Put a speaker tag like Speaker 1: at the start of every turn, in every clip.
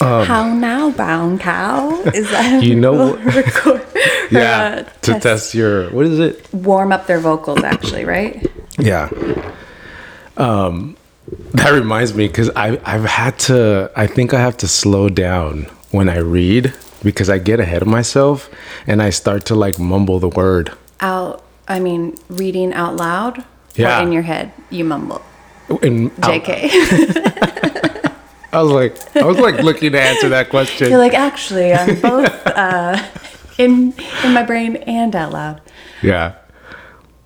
Speaker 1: How now, bound cow? Is that
Speaker 2: Oh, You know
Speaker 1: we'll
Speaker 2: what-
Speaker 1: record-
Speaker 2: yeah,
Speaker 1: uh,
Speaker 2: to test your what is it?
Speaker 1: warm up their vocals actually, right?
Speaker 2: Yeah. Um, that reminds me because I I've had to I think I have to slow down when I read because I get ahead of myself and I start to like mumble the word.
Speaker 1: Out, I mean, reading out loud
Speaker 2: Yeah.
Speaker 1: or in your head, you mumble.
Speaker 2: And I,
Speaker 1: JK.
Speaker 2: I was like I was like looking to answer that question.
Speaker 1: You're like, actually, I'm both uh, in in my brain and out loud.
Speaker 2: yeah.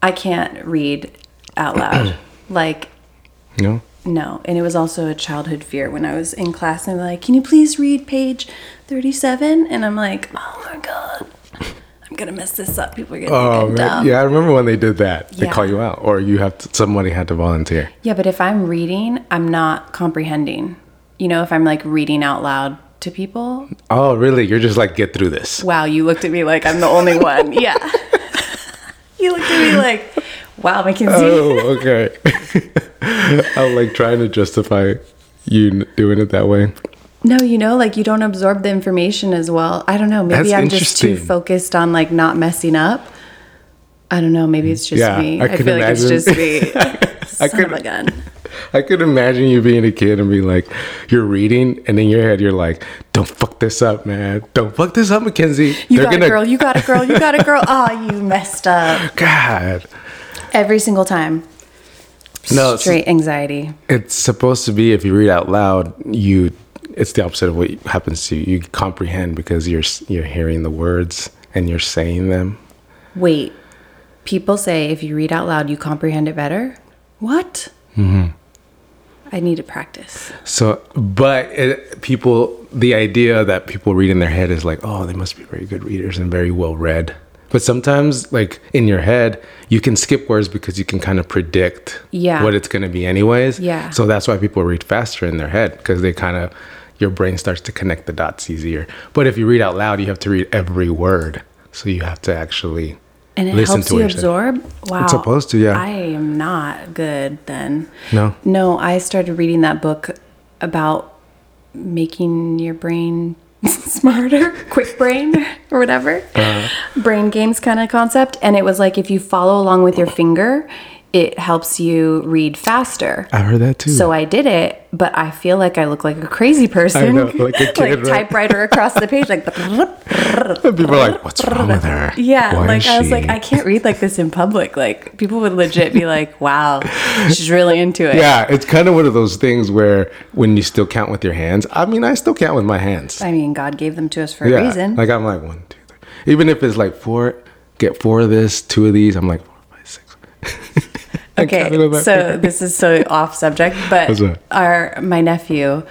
Speaker 1: I can't read out loud. like
Speaker 2: You know?
Speaker 1: No, and it was also a childhood fear when I was in class and they're like, "Can you please read page 37?" And I'm like, "Oh my god, I'm gonna mess this up. People are gonna
Speaker 2: Oh
Speaker 1: think I'm
Speaker 2: man.
Speaker 1: dumb."
Speaker 2: yeah, I remember when they did that. They
Speaker 1: Yeah.
Speaker 2: call you out, or you have to, somebody had to volunteer.
Speaker 1: Yeah, but if I'm reading, I'm not comprehending. You know, if I'm like reading out loud to people,
Speaker 2: Oh, really? You're just like get through this.
Speaker 1: wow, you looked at me like I'm the only one. Yeah, you looked at me like, wow, Mackenzie.
Speaker 2: oh, okay. I'm like trying to justify you n- doing it that way.
Speaker 1: No, you know, like you don't absorb the information as well. I don't know. Maybe
Speaker 2: That's
Speaker 1: I'm just too
Speaker 2: interesting.
Speaker 1: focused on like not messing up. I don't know. Maybe it's just
Speaker 2: Yeah,
Speaker 1: me.
Speaker 2: I
Speaker 1: I,
Speaker 2: can
Speaker 1: feel like it's just me. Son
Speaker 2: could-
Speaker 1: of a gun.
Speaker 2: I could imagine you being a kid and being like, you're reading, and in your head you're like, "Don't fuck this up, man! Don't fuck this up, Mackenzie."
Speaker 1: You got it, girl. You got it, girl. You got it, girl. Ah, you messed up
Speaker 2: God,
Speaker 1: every single time.
Speaker 2: no. It's,
Speaker 1: Straight anxiety.
Speaker 2: it's supposed to be if you read out loud, you it's the opposite of what happens to you. You comprehend because you're s- you're hearing the words and you're saying them.
Speaker 1: Wait. People say if you read out loud, you comprehend it better. What? Mm-hmm. I need to practice.
Speaker 2: So, but it, people, the idea that people read in their head is like, oh, they must be very good readers and very well read. But sometimes, like in your head, you can skip words because you can kind of predict
Speaker 1: Yeah.
Speaker 2: what it's going to be, anyways.
Speaker 1: Yeah.
Speaker 2: So that's why people read faster in their head because they kind of, your brain starts to connect the dots easier. But if you read out loud, you have to read every word. So you have to actually
Speaker 1: and it
Speaker 2: listen
Speaker 1: helps
Speaker 2: to
Speaker 1: you
Speaker 2: what you're saying.
Speaker 1: absorb. Wow,
Speaker 2: supposed to, yeah.
Speaker 1: I am not good then.
Speaker 2: No?
Speaker 1: no. I started reading that book about making your brain smarter, quick brain or whatever,
Speaker 2: Uh-huh.
Speaker 1: brain games kind of concept. And it was like if you follow along with your finger, it helps you read faster.
Speaker 2: I heard that too.
Speaker 1: So I did it, but I feel like I look like a crazy person.
Speaker 2: know, like a kid, right?
Speaker 1: typewriter across the page, like
Speaker 2: people are like, what's wrong with her?
Speaker 1: yeah,
Speaker 2: Why
Speaker 1: like
Speaker 2: is
Speaker 1: I was
Speaker 2: she-"
Speaker 1: like, I can't read like this in public. Like people would legit be like, "Wow, she's really into it."
Speaker 2: Yeah, it's kind of one of those things where when you still count with your hands. I mean, I still count with my hands.
Speaker 1: I mean, God gave them to us for
Speaker 2: yeah,
Speaker 1: a reason.
Speaker 2: like I'm like one, two, three. Even if it's like four, get four of this, two of these. I'm like four, five, six. I
Speaker 1: okay,
Speaker 2: counted with my
Speaker 1: so
Speaker 2: finger.
Speaker 1: this is so off subject, but
Speaker 2: What's that?
Speaker 1: our my nephew,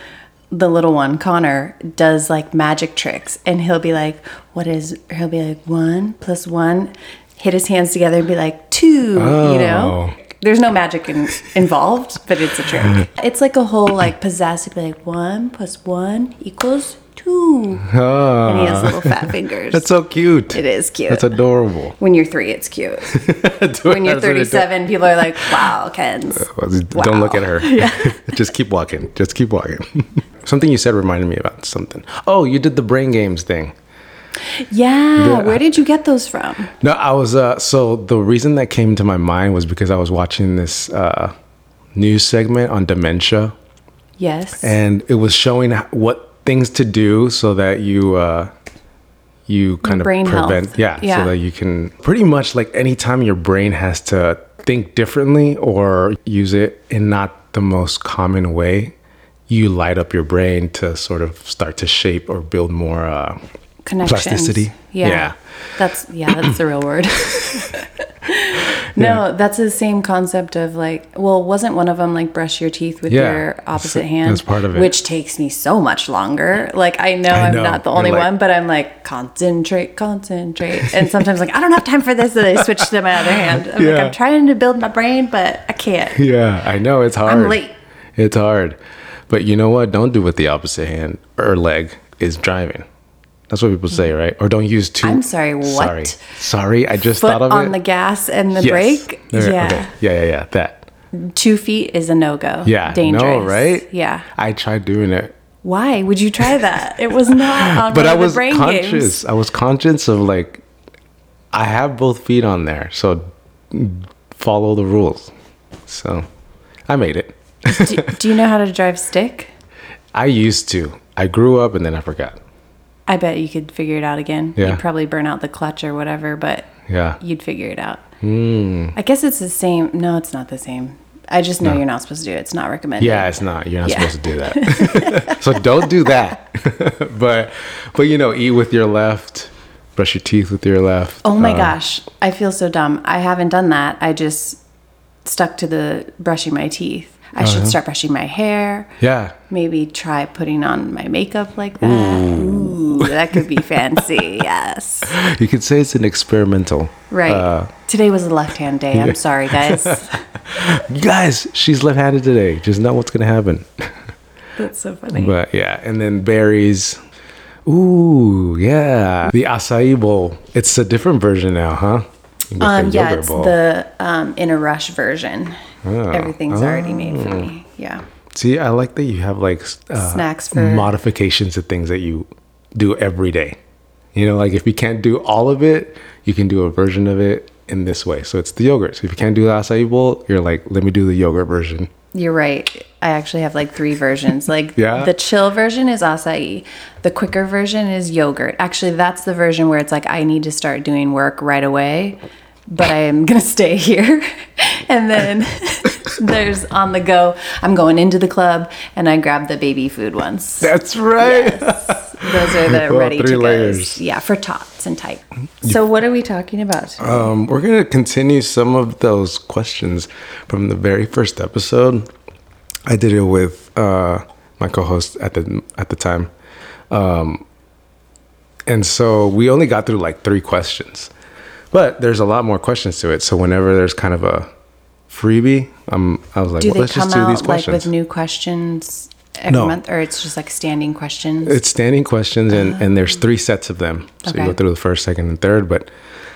Speaker 1: the little one, Connor, does like magic tricks, and he'll be like, "What is?" He'll be like, "One plus one," hit his hands together and be like, two. You know.
Speaker 2: Oh.
Speaker 1: There's no magic in, involved, but it's a trick. It's like a whole like possessive, like one plus one equals two.
Speaker 2: Ah,
Speaker 1: And he has little fat fingers.
Speaker 2: that's so cute.
Speaker 1: it is cute.
Speaker 2: That's adorable.
Speaker 1: when you're three, it's cute. When you're 37, people are like, "Wow, Ken's."
Speaker 2: Uh, Don't look
Speaker 1: Wow.
Speaker 2: at her. Just keep walking. Just keep walking. something you said reminded me about something. Oh, you did the brain games thing.
Speaker 1: Yeah, where did you get those from?
Speaker 2: No, I was uh so the reason that came to my mind was because I was watching this uh news segment on dementia
Speaker 1: Yes.
Speaker 2: and it was showing h- what things to do so that you uh you kind of
Speaker 1: brain
Speaker 2: prevent
Speaker 1: health.
Speaker 2: Yeah,
Speaker 1: Yeah.
Speaker 2: so that you can pretty much like anytime your brain has to think differently or use it in not the most common way you light up your brain to sort of start to shape or build more uh
Speaker 1: Connections.
Speaker 2: plasticity.
Speaker 1: Yeah.
Speaker 2: Yeah.
Speaker 1: That's yeah, that's the real word. no, that's the same concept of like, well, wasn't one of them like brush your teeth with
Speaker 2: Yeah,
Speaker 1: your opposite
Speaker 2: that's-
Speaker 1: hand?
Speaker 2: that's part of it.
Speaker 1: Which takes me so much longer. Like I know
Speaker 2: I
Speaker 1: I am
Speaker 2: know.
Speaker 1: not the
Speaker 2: You're
Speaker 1: only
Speaker 2: like-
Speaker 1: one, but I'm like concentrate, concentrate. And sometimes like I don't have time for this, and I switch to my other hand. I'm like
Speaker 2: Yeah.
Speaker 1: I'm trying to build my brain, but I can't.
Speaker 2: Yeah, I know it's hard.
Speaker 1: late.
Speaker 2: It's hard, but you know what? Don't do with the opposite hand or leg is driving. That's what people say, right? Or don't use two.
Speaker 1: Mm. I'm sorry, what?
Speaker 2: Sorry, sorry. I just
Speaker 1: Foot
Speaker 2: thought of
Speaker 1: on
Speaker 2: it.
Speaker 1: the gas and the
Speaker 2: Yes.
Speaker 1: brake.
Speaker 2: There,
Speaker 1: yeah.
Speaker 2: okay. yeah, yeah, yeah. That.
Speaker 1: two feet is a no go.
Speaker 2: Yeah.
Speaker 1: dangerous.
Speaker 2: No, right?
Speaker 1: Yeah,
Speaker 2: I tried doing it
Speaker 1: why would you try that? It was not on
Speaker 2: but
Speaker 1: one
Speaker 2: I
Speaker 1: of the
Speaker 2: was
Speaker 1: brain
Speaker 2: conscious.
Speaker 1: games.
Speaker 2: I was conscious of like, I have both feet on there, so follow the rules. So I made it.
Speaker 1: do, do you know how to drive stick?
Speaker 2: I used to. I grew up and then I forgot.
Speaker 1: I bet you could figure it out again.
Speaker 2: Yeah.
Speaker 1: You'd probably burn out the clutch or whatever, but
Speaker 2: Yeah.
Speaker 1: you'd figure it out.
Speaker 2: Hmm.
Speaker 1: I guess it's the same. No, it's not the same. I just know you're not supposed to do it. It's not recommended.
Speaker 2: Yeah, it's not. You're not
Speaker 1: Yeah.
Speaker 2: supposed to do that. so don't do that. but but you know, eat with your left, brush your teeth with your left.
Speaker 1: Oh my
Speaker 2: uh,
Speaker 1: gosh, I feel so dumb. I haven't done that. I just stuck to the brushing my teeth. I
Speaker 2: Uh-huh.
Speaker 1: should start brushing my hair.
Speaker 2: Yeah.
Speaker 1: Maybe try putting on my makeup like that. Ooh, that could be fancy. yes.
Speaker 2: You could say it's an experimental.
Speaker 1: Right.
Speaker 2: Uh,
Speaker 1: Today was a left hand day. I'm sorry, guys.
Speaker 2: guys, she's left-handed today. Just know what's gonna happen.
Speaker 1: That's so funny.
Speaker 2: But yeah, and then berries. Ooh, yeah. The acai bowl. It's a different version now, huh? You get the
Speaker 1: Um, yeah,
Speaker 2: yogurt
Speaker 1: it's
Speaker 2: bowl.
Speaker 1: the um, in a rush version.
Speaker 2: Ah.
Speaker 1: Everything's already made for
Speaker 2: Oh.
Speaker 1: me. Yeah.
Speaker 2: See, I like that you have like s- uh,
Speaker 1: Snacks for-
Speaker 2: modifications to things that you do every day. You know, like if you can't do all of it, you can do a version of it in this way. So it's the yogurt. So if you can't do the acai bowl, you're like, let me do the yogurt version.
Speaker 1: You're right. I actually have like three versions. Like
Speaker 2: Yeah?
Speaker 1: the chill version is acai. The quicker version is yogurt. Actually, that's the version where it's like I need to start doing work right away, but I am going to stay here. and then there's on the go. I'm going into the club and I grab the baby food ones.
Speaker 2: That's right.
Speaker 1: Those are the
Speaker 2: Well,
Speaker 1: ready
Speaker 2: three
Speaker 1: to
Speaker 2: layers.
Speaker 1: go. Yeah, for tots and type. So what are we talking about?
Speaker 2: Um, we're going to continue some of those questions from the very first episode. I did it with uh, my co-host at the at the time, um, and so we only got through like three questions, but there's a lot more questions to it. So whenever there's kind of a freebie, um, I was like,
Speaker 1: do
Speaker 2: well,
Speaker 1: they
Speaker 2: let's
Speaker 1: come
Speaker 2: just do
Speaker 1: out
Speaker 2: these
Speaker 1: like
Speaker 2: questions.
Speaker 1: with new questions every
Speaker 2: No.
Speaker 1: month, or it's just like standing questions?
Speaker 2: It's standing questions, and, and there's three sets of them. So you
Speaker 1: Okay.
Speaker 2: go through the first, second, and third. But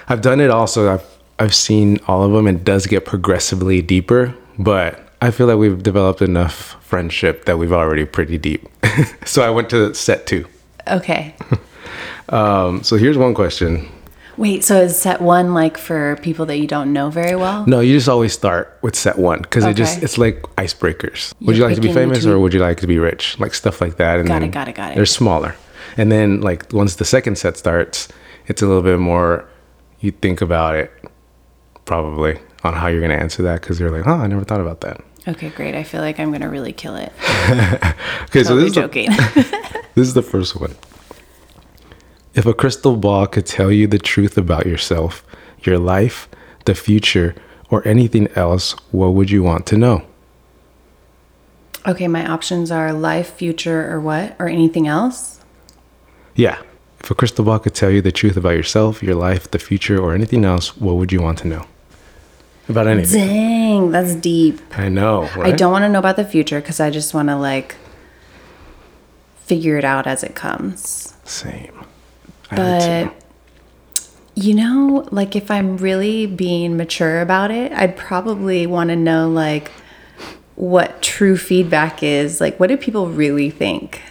Speaker 2: I've done it also. I've I've seen all of them. It does get progressively deeper, but I feel like we've developed enough friendship that we've already pretty deep. so I went to set two.
Speaker 1: okay.
Speaker 2: Um, so here's one question.
Speaker 1: Wait, so is set one like for people that you don't know very well?
Speaker 2: No, you just always start with set one because it just
Speaker 1: Okay.
Speaker 2: it's like icebreakers. Would you
Speaker 1: You're
Speaker 2: like to be
Speaker 1: picking
Speaker 2: famous or
Speaker 1: between-
Speaker 2: would you like to be rich? Like stuff like that. And
Speaker 1: Got it,
Speaker 2: then
Speaker 1: got it, got it.
Speaker 2: They're smaller, and then like once the second set starts, it's a little bit more. You think about it, probably on how you're going to answer that because you're like, oh, I never thought about that.
Speaker 1: Okay, great. I feel like I'm gonna really kill it.
Speaker 2: Okay, so
Speaker 1: Totally
Speaker 2: this is, the,
Speaker 1: joking.
Speaker 2: this is the first one. If a crystal ball could tell you the truth about yourself, your life, the future, or anything else, what would you want to know?
Speaker 1: okay, my options are life, future, or what, or anything else.
Speaker 2: Yeah. If a crystal ball could tell you the truth about yourself, your life, the future, or anything else, what would you want to know? About anything.
Speaker 1: Dang, that's deep.
Speaker 2: I know.
Speaker 1: I
Speaker 2: right?
Speaker 1: don't want to know about the future because I just want to like figure it out as it comes.
Speaker 2: Same. I do
Speaker 1: but you know like if i'm really being mature about it i'd probably want to know like what true feedback is like what do people really think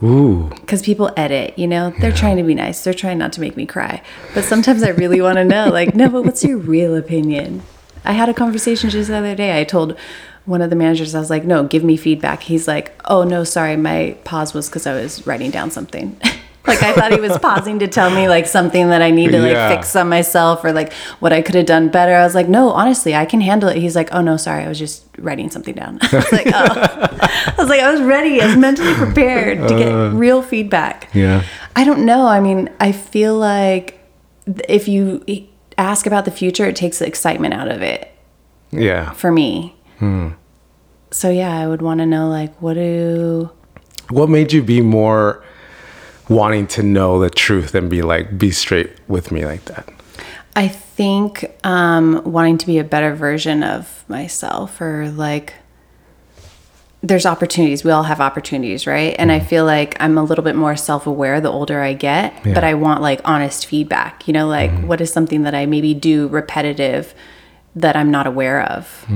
Speaker 2: too. Ooh.
Speaker 1: because people edit you know they're trying to be nice they're trying not to make me cry but sometimes i really want to know like no but what's your real opinion i had a conversation just the other day i told one of the managers i was like no give me feedback he's like oh no sorry my pause was because i was writing down something like i thought he was pausing to tell me like something that i need to like
Speaker 2: Yeah.
Speaker 1: fix on myself or like what i could have done better i was like no honestly i can handle it he's like oh no sorry i was just writing something down i was like oh I was like, I was ready. I was mentally prepared to get real feedback.
Speaker 2: Yeah.
Speaker 1: I don't know. I mean, I feel like th- if you e- ask about the future, it takes the excitement out of it
Speaker 2: Yeah.
Speaker 1: for me. So yeah, I would want to know like, what do?
Speaker 2: What made you be more wanting to know the truth and be like, be straight with me like that?
Speaker 1: I think um, wanting to be a better version of myself, or like, there's opportunities. We all have opportunities, right? And I feel like I'm a little bit more self aware the older I get, but I want like honest feedback. You know, like what is something that I maybe do repetitive that I'm not aware of?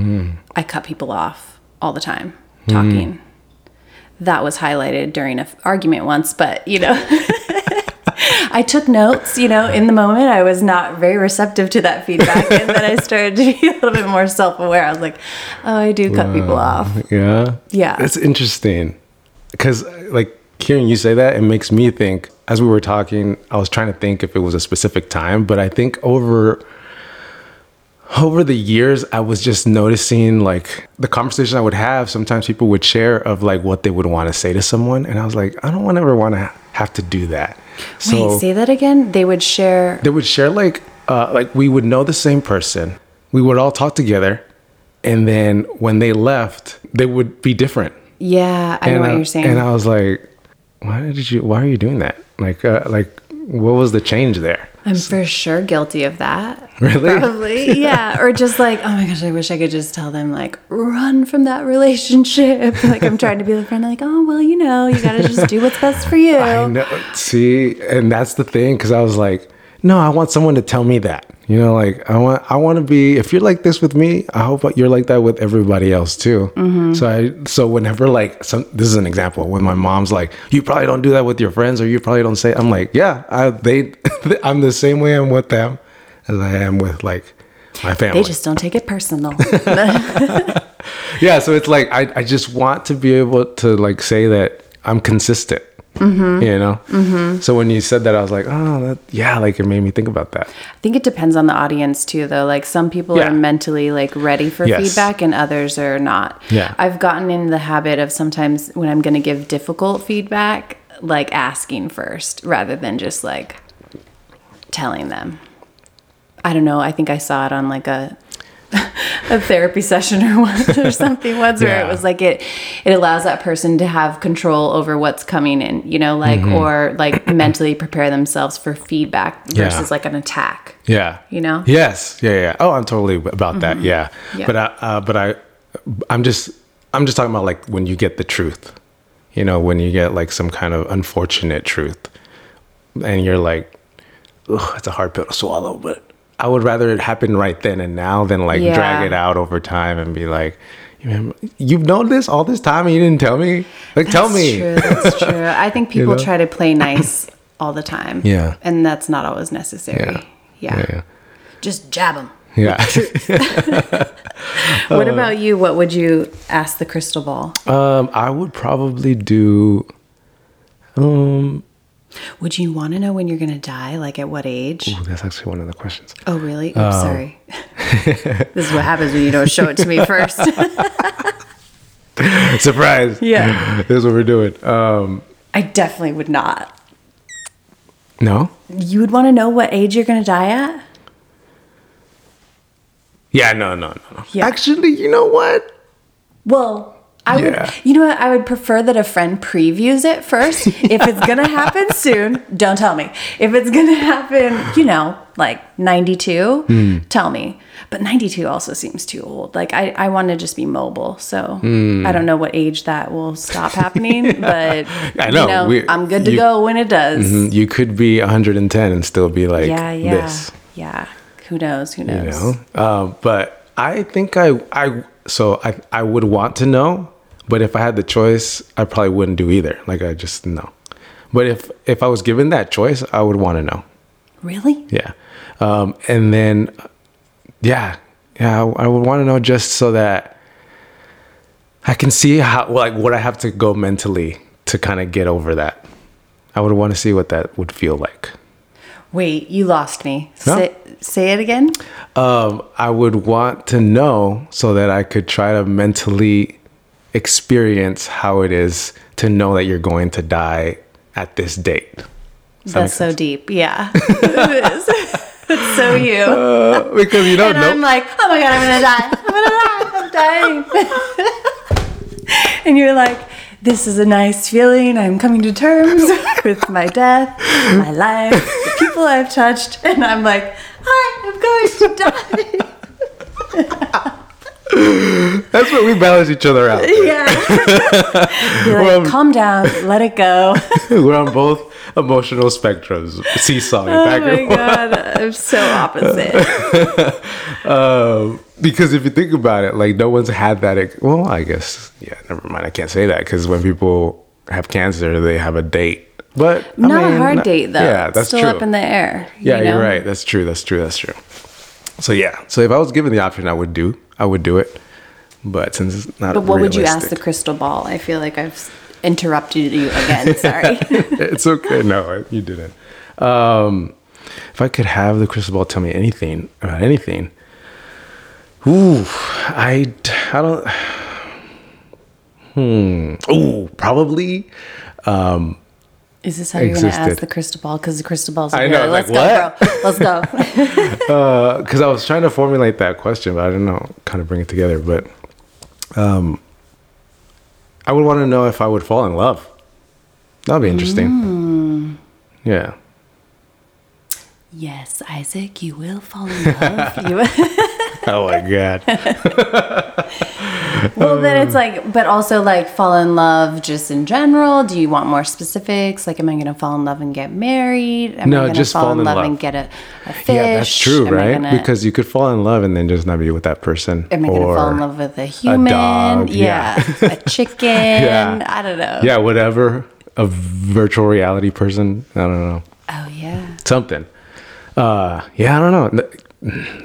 Speaker 1: I cut people off all the time talking. that was highlighted during an argument once, but you know. I took notes, you know, in the moment. I was not very receptive to that feedback. And then I started to be a little bit more self aware. I was like, oh, I do cut people off.
Speaker 2: Yeah.
Speaker 1: Yeah.
Speaker 2: That's interesting. Because, like, hearing you say that, it makes me think, as we were talking, I was trying to think if it was a specific time, but I think over. Over the years, I was just noticing like the conversation I would have. Sometimes people would share of like what they would want to say to someone, and I was like, I don't want ever want to have to do that.
Speaker 1: Wait, say that again? They would share.
Speaker 2: they would share like uh, like we would know the same person we would all talk together and then when they left they would be different
Speaker 1: Yeah, I
Speaker 2: and
Speaker 1: know what
Speaker 2: I,
Speaker 1: you're saying.
Speaker 2: and i was like why did you why are you doing that like uh, like what was the change there
Speaker 1: I'm for sure guilty of that.
Speaker 2: Really?
Speaker 1: Probably, yeah. Or just like, oh my gosh, I wish I could just tell them, like, run from that relationship. Like, I'm trying to be the friend, like, oh, well, you know, you gotta just do what's best for you.
Speaker 2: i know see and that's the thing because i was like no i want someone to tell me that you know like i want i want to be if you're like this with me i hope you're like that with everybody else too
Speaker 1: Mm-hmm.
Speaker 2: so i so whenever like some this is an example when my mom's like you probably don't do that with your friends or you probably don't say i'm like yeah i they i'm the same way i'm with them as i am with like my family
Speaker 1: They just don't take it personal.
Speaker 2: yeah so it's like I, I just want to be able to like say that i'm consistent you know so when you said that i was like oh that, yeah like it made me think about that
Speaker 1: I think it depends on the audience too, though. Like some people
Speaker 2: Yeah.
Speaker 1: are mentally like ready for
Speaker 2: Yes.
Speaker 1: feedback, and others are not.
Speaker 2: Yeah.
Speaker 1: I've gotten in the habit of sometimes when I'm going to give difficult feedback, like asking first rather than just like telling them. I don't know. I think I saw it on like a a therapy session or once or something once where
Speaker 2: Yeah.
Speaker 1: it was like it it allows that person to have control over what's coming in, you know, like
Speaker 2: Mm-hmm.
Speaker 1: or like mentally prepare themselves for feedback
Speaker 2: Yeah.
Speaker 1: versus like an attack.
Speaker 2: yeah
Speaker 1: You know? Mm-hmm.
Speaker 2: yes yeah yeah oh i'm totally about that yeah.
Speaker 1: Yeah.
Speaker 2: but i uh, but i i'm just i'm just talking about like when you get the truth you know when you get like some kind of unfortunate truth and you're like Ugh, it's a hard pill to swallow but i would rather it happen right then and now than like drag
Speaker 1: Yeah.
Speaker 2: it out over time and be like "You remember- you've known this all this time and you didn't tell me like tell
Speaker 1: That's
Speaker 2: me
Speaker 1: True, that's true. I think people
Speaker 2: know?
Speaker 1: try to play nice all the time.
Speaker 2: Yeah.
Speaker 1: And that's not always necessary.
Speaker 2: Yeah.
Speaker 1: Yeah.
Speaker 2: yeah
Speaker 1: Just jab them.
Speaker 2: yeah
Speaker 1: What
Speaker 2: Uh,
Speaker 1: about you? What would you ask the crystal ball?
Speaker 2: um i would probably do um,
Speaker 1: Would you want to know when you're going to die? Like at what age?
Speaker 2: Ooh, Um. that's actually one of the questions
Speaker 1: Oh, really? Oops, sorry. this is what happens when you don't show it to me first.
Speaker 2: surprise
Speaker 1: Yeah.
Speaker 2: this is what we're doing uh,
Speaker 1: I definitely would not.
Speaker 2: no
Speaker 1: You would want to know what age you're going to die at?
Speaker 2: yeah no no no, no.
Speaker 1: Yeah.
Speaker 2: actually you know what
Speaker 1: Well, I
Speaker 2: Yeah.
Speaker 1: would, you know what? I would prefer that a friend previews it first. If it's going to happen soon, don't tell me. If it's going to happen, you know, like 92,
Speaker 2: Hmm.
Speaker 1: tell me. But 92 also seems too old. Like, I, I want to just be mobile. So I
Speaker 2: Hmm.
Speaker 1: don't know what age that will stop happening, but
Speaker 2: I
Speaker 1: you
Speaker 2: know,
Speaker 1: know
Speaker 2: we-
Speaker 1: I'm good to
Speaker 2: you-
Speaker 1: go when it does.
Speaker 2: Mm, you could be 110 and still be like
Speaker 1: yeah, yeah.
Speaker 2: this
Speaker 1: Yeah. Who knows? Who
Speaker 2: you
Speaker 1: knows?
Speaker 2: know um, but i think i i so i i would want to know but if i had the choice i probably wouldn't do either like i just no but if if i was given that choice i would want to know
Speaker 1: Really?
Speaker 2: yeah um and then yeah yeah i, I would want to know just so that i can see how like what i have to go mentally to kind of get over that i would want to see what that would feel like
Speaker 1: Wait, you lost me.
Speaker 2: No.
Speaker 1: Say, say it again.
Speaker 2: um, I would want to know so that I could try to mentally experience how it is to know that you're going to die at this date. Does that make
Speaker 1: That's so
Speaker 2: sense?
Speaker 1: deep. Yeah. it is. It's so you.
Speaker 2: Uh, because you don't
Speaker 1: and I'm
Speaker 2: know.
Speaker 1: like, oh my God, I'm going to die. I'm going to die. I'm dying. and you're like, this is a nice feeling. I'm coming to terms with my death, my life, the people I've touched. And I'm like, hi, I'm going to die.
Speaker 2: That's where we balance each other out.
Speaker 1: Yeah. You're like,
Speaker 2: Well-
Speaker 1: calm down, let it go.
Speaker 2: We're on both emotional spectrums, seesawing back
Speaker 1: oh my
Speaker 2: and forth.
Speaker 1: god, I'm so opposite.
Speaker 2: Um, because if you think about it, like no one's had that. ex- Well, I guess yeah. Never mind. I can't say that because when people have cancer, they have a date. But I
Speaker 1: Not a
Speaker 2: mean,
Speaker 1: hard
Speaker 2: not-
Speaker 1: date though.
Speaker 2: Yeah,
Speaker 1: It's
Speaker 2: that's
Speaker 1: still
Speaker 2: true.
Speaker 1: up in the air.
Speaker 2: yeah,
Speaker 1: you know?
Speaker 2: you're right. That's true. That's true. That's true. So yeah. So if I was given the option, I would do. I would do it. But since it's not.
Speaker 1: But what would you ask the
Speaker 2: realistic-
Speaker 1: crystal ball? I feel like I've s- interrupted you again. Sorry.
Speaker 2: it's okay. No, you didn't. Um, if I could have the crystal ball tell me anything about anything, ooh, I, d- I don't. Hmm. Ooh, probably.
Speaker 1: Is this how you're going to ask
Speaker 2: Existed.
Speaker 1: the crystal ball? Because the crystal ball's
Speaker 2: I
Speaker 1: like,
Speaker 2: know,
Speaker 1: "Really?
Speaker 2: like,
Speaker 1: let's go, bro. Let's go.
Speaker 2: Because uh, I was trying to formulate that question, but I didn't know kind of bring it together. But um, I would want to know if I would fall in love. That'd be interesting. Yeah.
Speaker 1: yes, Isaac, you will fall in love. You-
Speaker 2: Oh my god.
Speaker 1: well, then
Speaker 2: Um.
Speaker 1: it's like, but also like fall in love just in general. Do you want more specifics? Like, am I going to fall in love and get married? Am
Speaker 2: No,
Speaker 1: I gonna
Speaker 2: just fall in love.
Speaker 1: and get a, a fish?
Speaker 2: Yeah, that's true,
Speaker 1: Am I
Speaker 2: right?
Speaker 1: gonna-
Speaker 2: Because you could fall in love and then just not be with that person.
Speaker 1: Am I going to fall in love with a human?
Speaker 2: dog, yeah.
Speaker 1: a chicken. I don't know.
Speaker 2: Yeah, whatever. A virtual reality person. I don't know.
Speaker 1: Oh, yeah.
Speaker 2: Something. Uh, yeah, I don't know. Th-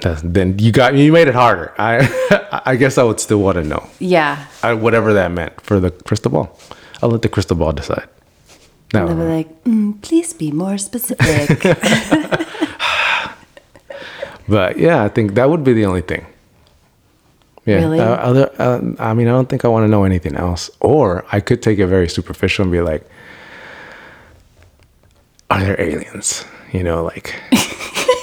Speaker 2: That's, then you got you made it harder. I I guess I would still want to know
Speaker 1: Yeah.
Speaker 2: I, whatever that meant for the crystal ball. I'll let the crystal ball decide. No,
Speaker 1: They'll be like, mm, please be more specific.
Speaker 2: but yeah, I think that would be the only thing. Yeah.
Speaker 1: Really?
Speaker 2: Uh, other, uh, I mean, I don't think I want to know anything else. Or I could take it very superficial and be like, "Are there aliens?" You know, like,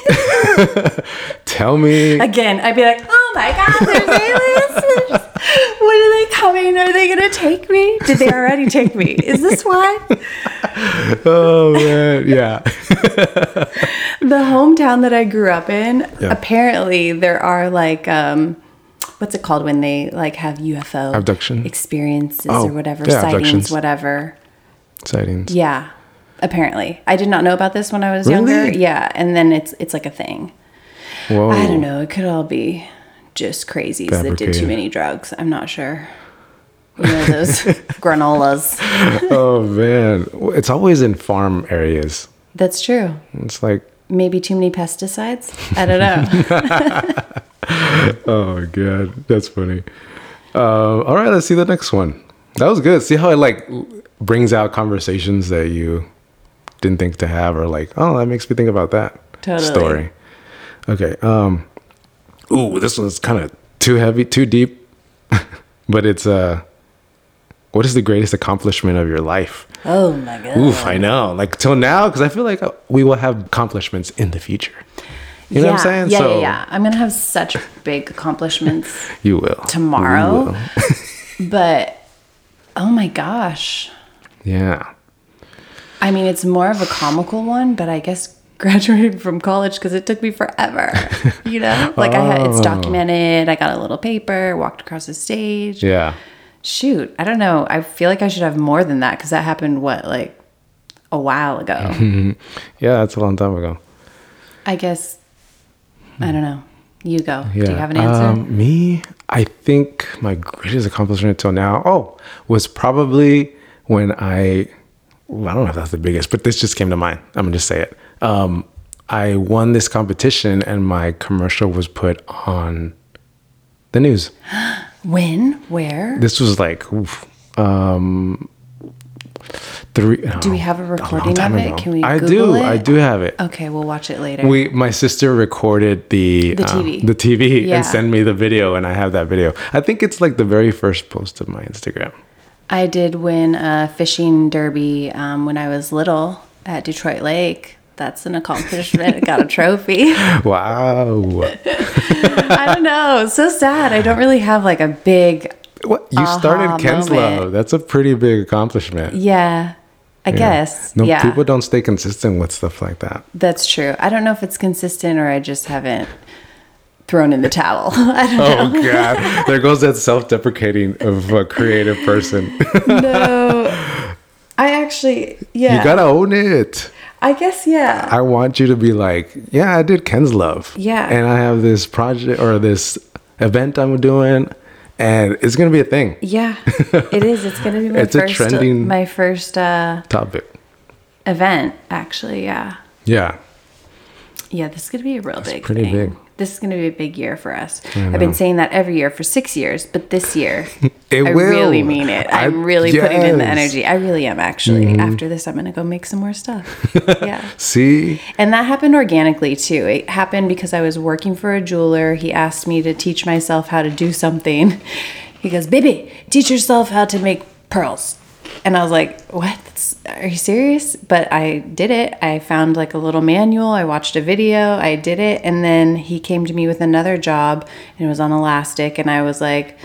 Speaker 2: tell me.
Speaker 1: Again, I'd be like, oh my God, there's aliens. when are they coming? Are they going to take me? Did they already take me? Is this why?
Speaker 2: Oh man, yeah.
Speaker 1: The hometown that I grew up in,
Speaker 2: Yeah.
Speaker 1: apparently there are like, um, what's it called when they like have UFO
Speaker 2: Abduction?
Speaker 1: experiences
Speaker 2: Oh,
Speaker 1: or whatever,
Speaker 2: yeah,
Speaker 1: sightings,
Speaker 2: abductions.
Speaker 1: whatever.
Speaker 2: Sightings.
Speaker 1: Yeah, apparently. I did not know about this when I was
Speaker 2: Really?
Speaker 1: younger. Yeah, and then it's it's like a thing.
Speaker 2: Whoa.
Speaker 1: I don't know. It could all be just crazies that did
Speaker 2: Oh. Fabricated.
Speaker 1: too many drugs. I'm not sure. You know those granolas.
Speaker 2: Oh man, Well, it's always in farm areas.
Speaker 1: That's true.
Speaker 2: It's like,
Speaker 1: Maybe too many pesticides. I don't know.
Speaker 2: oh my god, that's funny. Uh, all right, let's see the next one. That was good. See how it like l- brings out conversations that you didn't think to have, or like, oh, that makes me think about that
Speaker 1: Totally.
Speaker 2: story. Okay. Um. Ooh, this one's kind of too heavy, too deep, but it's uh, what is the greatest accomplishment of your life?
Speaker 1: oh my god.
Speaker 2: Oof, I know. Like till now, because I feel like uh, we will have accomplishments in the future. You know
Speaker 1: yeah,
Speaker 2: what I'm saying?
Speaker 1: Yeah, yeah, yeah. I'm gonna have such big accomplishments
Speaker 2: You will. You
Speaker 1: tomorrow.
Speaker 2: will.
Speaker 1: but oh my gosh.
Speaker 2: Yeah.
Speaker 1: I mean, it's more of a comical one, but I guess graduating from college because it took me forever. You know, like I had,
Speaker 2: Oh.
Speaker 1: it's documented. I got a little paper, walked across the stage.
Speaker 2: Yeah.
Speaker 1: Shoot, I don't know. I feel like I should have more than that because that happened what like a while ago.
Speaker 2: Mm-hmm. Yeah, that's a long time ago.
Speaker 1: I guess I don't know. You go.
Speaker 2: Yeah.
Speaker 1: Do you have an answer?
Speaker 2: Um, me, I think my greatest accomplishment till now, oh, was probably when I, well, I don't know if that's the biggest, but this just came to mind. I'm going to just say it. Um, I won this competition and my commercial was put on the news.
Speaker 1: when? Where?
Speaker 2: This was like, oof, um, three. oh,
Speaker 1: Do we have a recording of it? Can we
Speaker 2: I
Speaker 1: Google
Speaker 2: do. I
Speaker 1: it?
Speaker 2: do have it.
Speaker 1: okay, we'll watch it later.
Speaker 2: We, my sister recorded the
Speaker 1: The
Speaker 2: uh,
Speaker 1: TV.
Speaker 2: the TV,
Speaker 1: Yeah.
Speaker 2: and sent me the video, and I have that video. I think it's like the very first post of my Instagram.
Speaker 1: I did win a fishing derby um, when I was little at Detroit Lake. That's an accomplishment. I got a trophy.
Speaker 2: Wow,
Speaker 1: I don't know. It's so sad. I don't really have like a big,
Speaker 2: what you started Ken's
Speaker 1: moment.
Speaker 2: Love? That's a pretty big accomplishment.
Speaker 1: yeah, I guess.
Speaker 2: No,
Speaker 1: yeah,
Speaker 2: people don't stay consistent with stuff like that.
Speaker 1: that's true. I don't know if it's consistent or I just haven't thrown in the towel. I don't
Speaker 2: Oh God, there goes that self-deprecating of a creative person.
Speaker 1: know. I actually, yeah.
Speaker 2: You gotta own it.
Speaker 1: I guess, yeah.
Speaker 2: I want you to be like, yeah, I did Ken's Love.
Speaker 1: Yeah.
Speaker 2: And I have this project or this event I'm doing, and it's gonna be a thing.
Speaker 1: Yeah, it is. It's gonna be my
Speaker 2: It's a
Speaker 1: first uh,
Speaker 2: trending-
Speaker 1: my first uh,
Speaker 2: Topic.
Speaker 1: event actually. Yeah,
Speaker 2: Yeah.
Speaker 1: yeah. This is gonna be a real big
Speaker 2: pretty
Speaker 1: thing.
Speaker 2: big.
Speaker 1: This is gonna be a big year for us. I've been saying that every year for six years, but this year
Speaker 2: It
Speaker 1: I
Speaker 2: will.
Speaker 1: really mean it.
Speaker 2: I-
Speaker 1: I'm really putting in the
Speaker 2: yes. Mm-hmm.
Speaker 1: energy. I really am actually. After this, I'm gonna go make some more stuff. yeah.
Speaker 2: See,
Speaker 1: And that happened organically too. It happened because I was working for a jeweler. He asked me to teach myself how to do something. He goes, Baby, teach yourself how to make pearls. And I was like, What? That's- Are you serious? But I did it. I found like a little manual. I watched a video. I did it. And then he came to me with another job and it was on elastic. And I was like,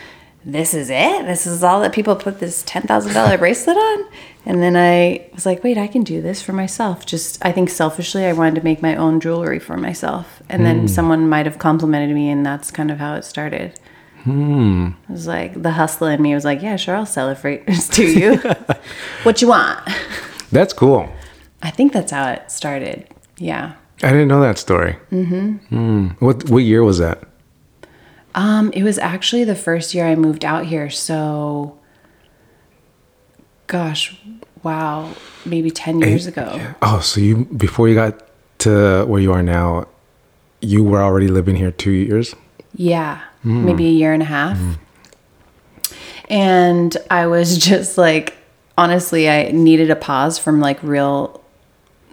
Speaker 1: this is it? This is all that people put this $10,000 bracelet on? And then I was like, wait, I can do this for myself. Just, I think selfishly, I wanted to make my own jewelry for myself. And then someone might have complimented me, and that's kind of how it started. Hmm. It was like the hustler in me was like, yeah, sure, I'll sell it for to you. what you want?
Speaker 2: that's cool.
Speaker 1: I think that's how it started. Yeah.
Speaker 2: I didn't know that story. Mm-hmm. What What year was that?
Speaker 1: Um, it was actually the first year I moved out here, so gosh, wow, maybe ten years ago.
Speaker 2: Oh, so you before you got to where you are now, you were already living here two years.
Speaker 1: Yeah, maybe a year and a half. And I was just like, honestly, I needed a pause from like real,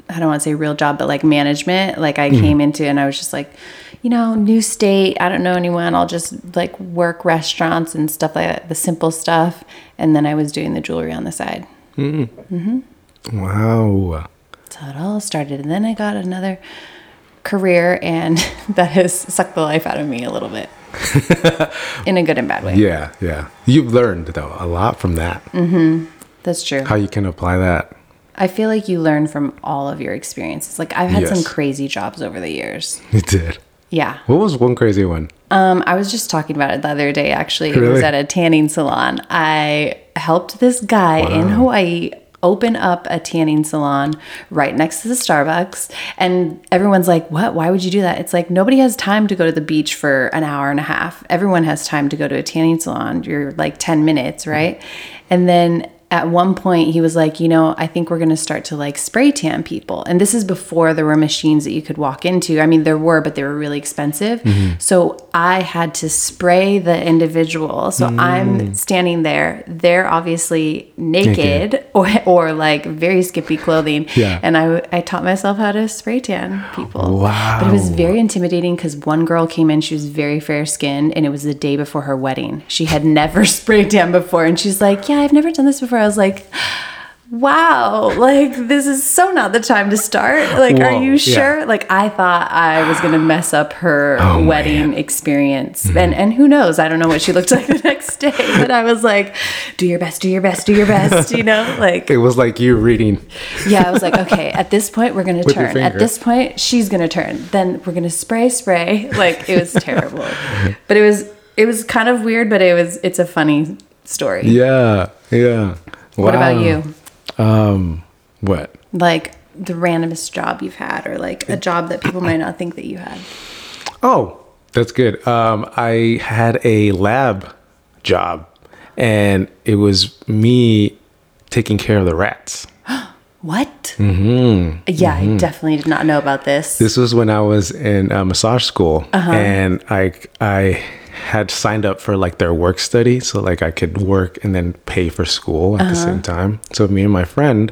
Speaker 1: I don't want to say real job, but like management. Like I came into and I was just like, you know, new state, I don't know anyone. I'll just like work restaurants and stuff like that, the simple stuff. And then I was doing the jewelry on the side.
Speaker 2: Wow.
Speaker 1: So it all started. And then I got another career and that has sucked the life out of me a little bit in a good and bad way.
Speaker 2: Yeah, yeah. You've learned though a lot from that.
Speaker 1: Mm. That's true.
Speaker 2: How you can apply that.
Speaker 1: I feel like you learn from all of your experiences. Like I've had some
Speaker 2: Yes.
Speaker 1: crazy jobs over the years.
Speaker 2: You did.
Speaker 1: Yeah.
Speaker 2: What was one crazy one?
Speaker 1: Um, I was just talking about it the other day actually. It was
Speaker 2: Really?
Speaker 1: at a tanning salon. I helped this guy in Hawaii open up a tanning salon right next to the Starbucks and everyone's like, "What? Why would you do that?" It's like nobody has time to go to the beach for an hour and a half. Everyone has time to go to a tanning salon. You're like 10 minutes, right? And then at one point he was like you know i think we're going to start to like spray tan people and this is before there were machines that you could walk into i mean there were but they were really expensive so i had to spray the individual so i'm standing there they're obviously naked, Or, or like very skimpy clothing
Speaker 2: Yeah.
Speaker 1: and i i taught myself how to spray tan people
Speaker 2: Wow.
Speaker 1: but it was very intimidating because one girl came in, she was very fair skinned, and it was the day before her wedding. She had never sprayed tan before, and she's like, Yeah, I've never done this before. I was like, Wow, like this is so not the time to start. Like,
Speaker 2: Whoa,
Speaker 1: are you
Speaker 2: yeah. Oh,
Speaker 1: sure? Like, I thought I was gonna mess up her wedding experience,
Speaker 2: Mm-hmm.
Speaker 1: and and who knows? I don't know what she looked like the next day, but I was like, do your best, do your best, do your best. You know, like
Speaker 2: It was like you reading.
Speaker 1: yeah, I was like, okay, at this point, we're going to
Speaker 2: your
Speaker 1: turn. At
Speaker 2: finger.
Speaker 1: this point, she's going to turn. Then we're going to spray, spray. Like, it was terrible. but it was, it was kind of weird, but it was, it's a funny story.
Speaker 2: Yeah, yeah.
Speaker 1: What about
Speaker 2: Wow.
Speaker 1: you?
Speaker 2: Um, what?
Speaker 1: Like, the randomest job you've had, or like a job that people might not think that you had.
Speaker 2: Oh, that's good. Um, I had a lab job, and it was me taking care of the rats.
Speaker 1: What? Mm-hmm. Yeah, I definitely did not know about this.
Speaker 2: Mm-hmm. This was when I was in uh, massage school, and I I had signed up for like their work study, so like I could work and then pay for school at the same time. So me and my friend,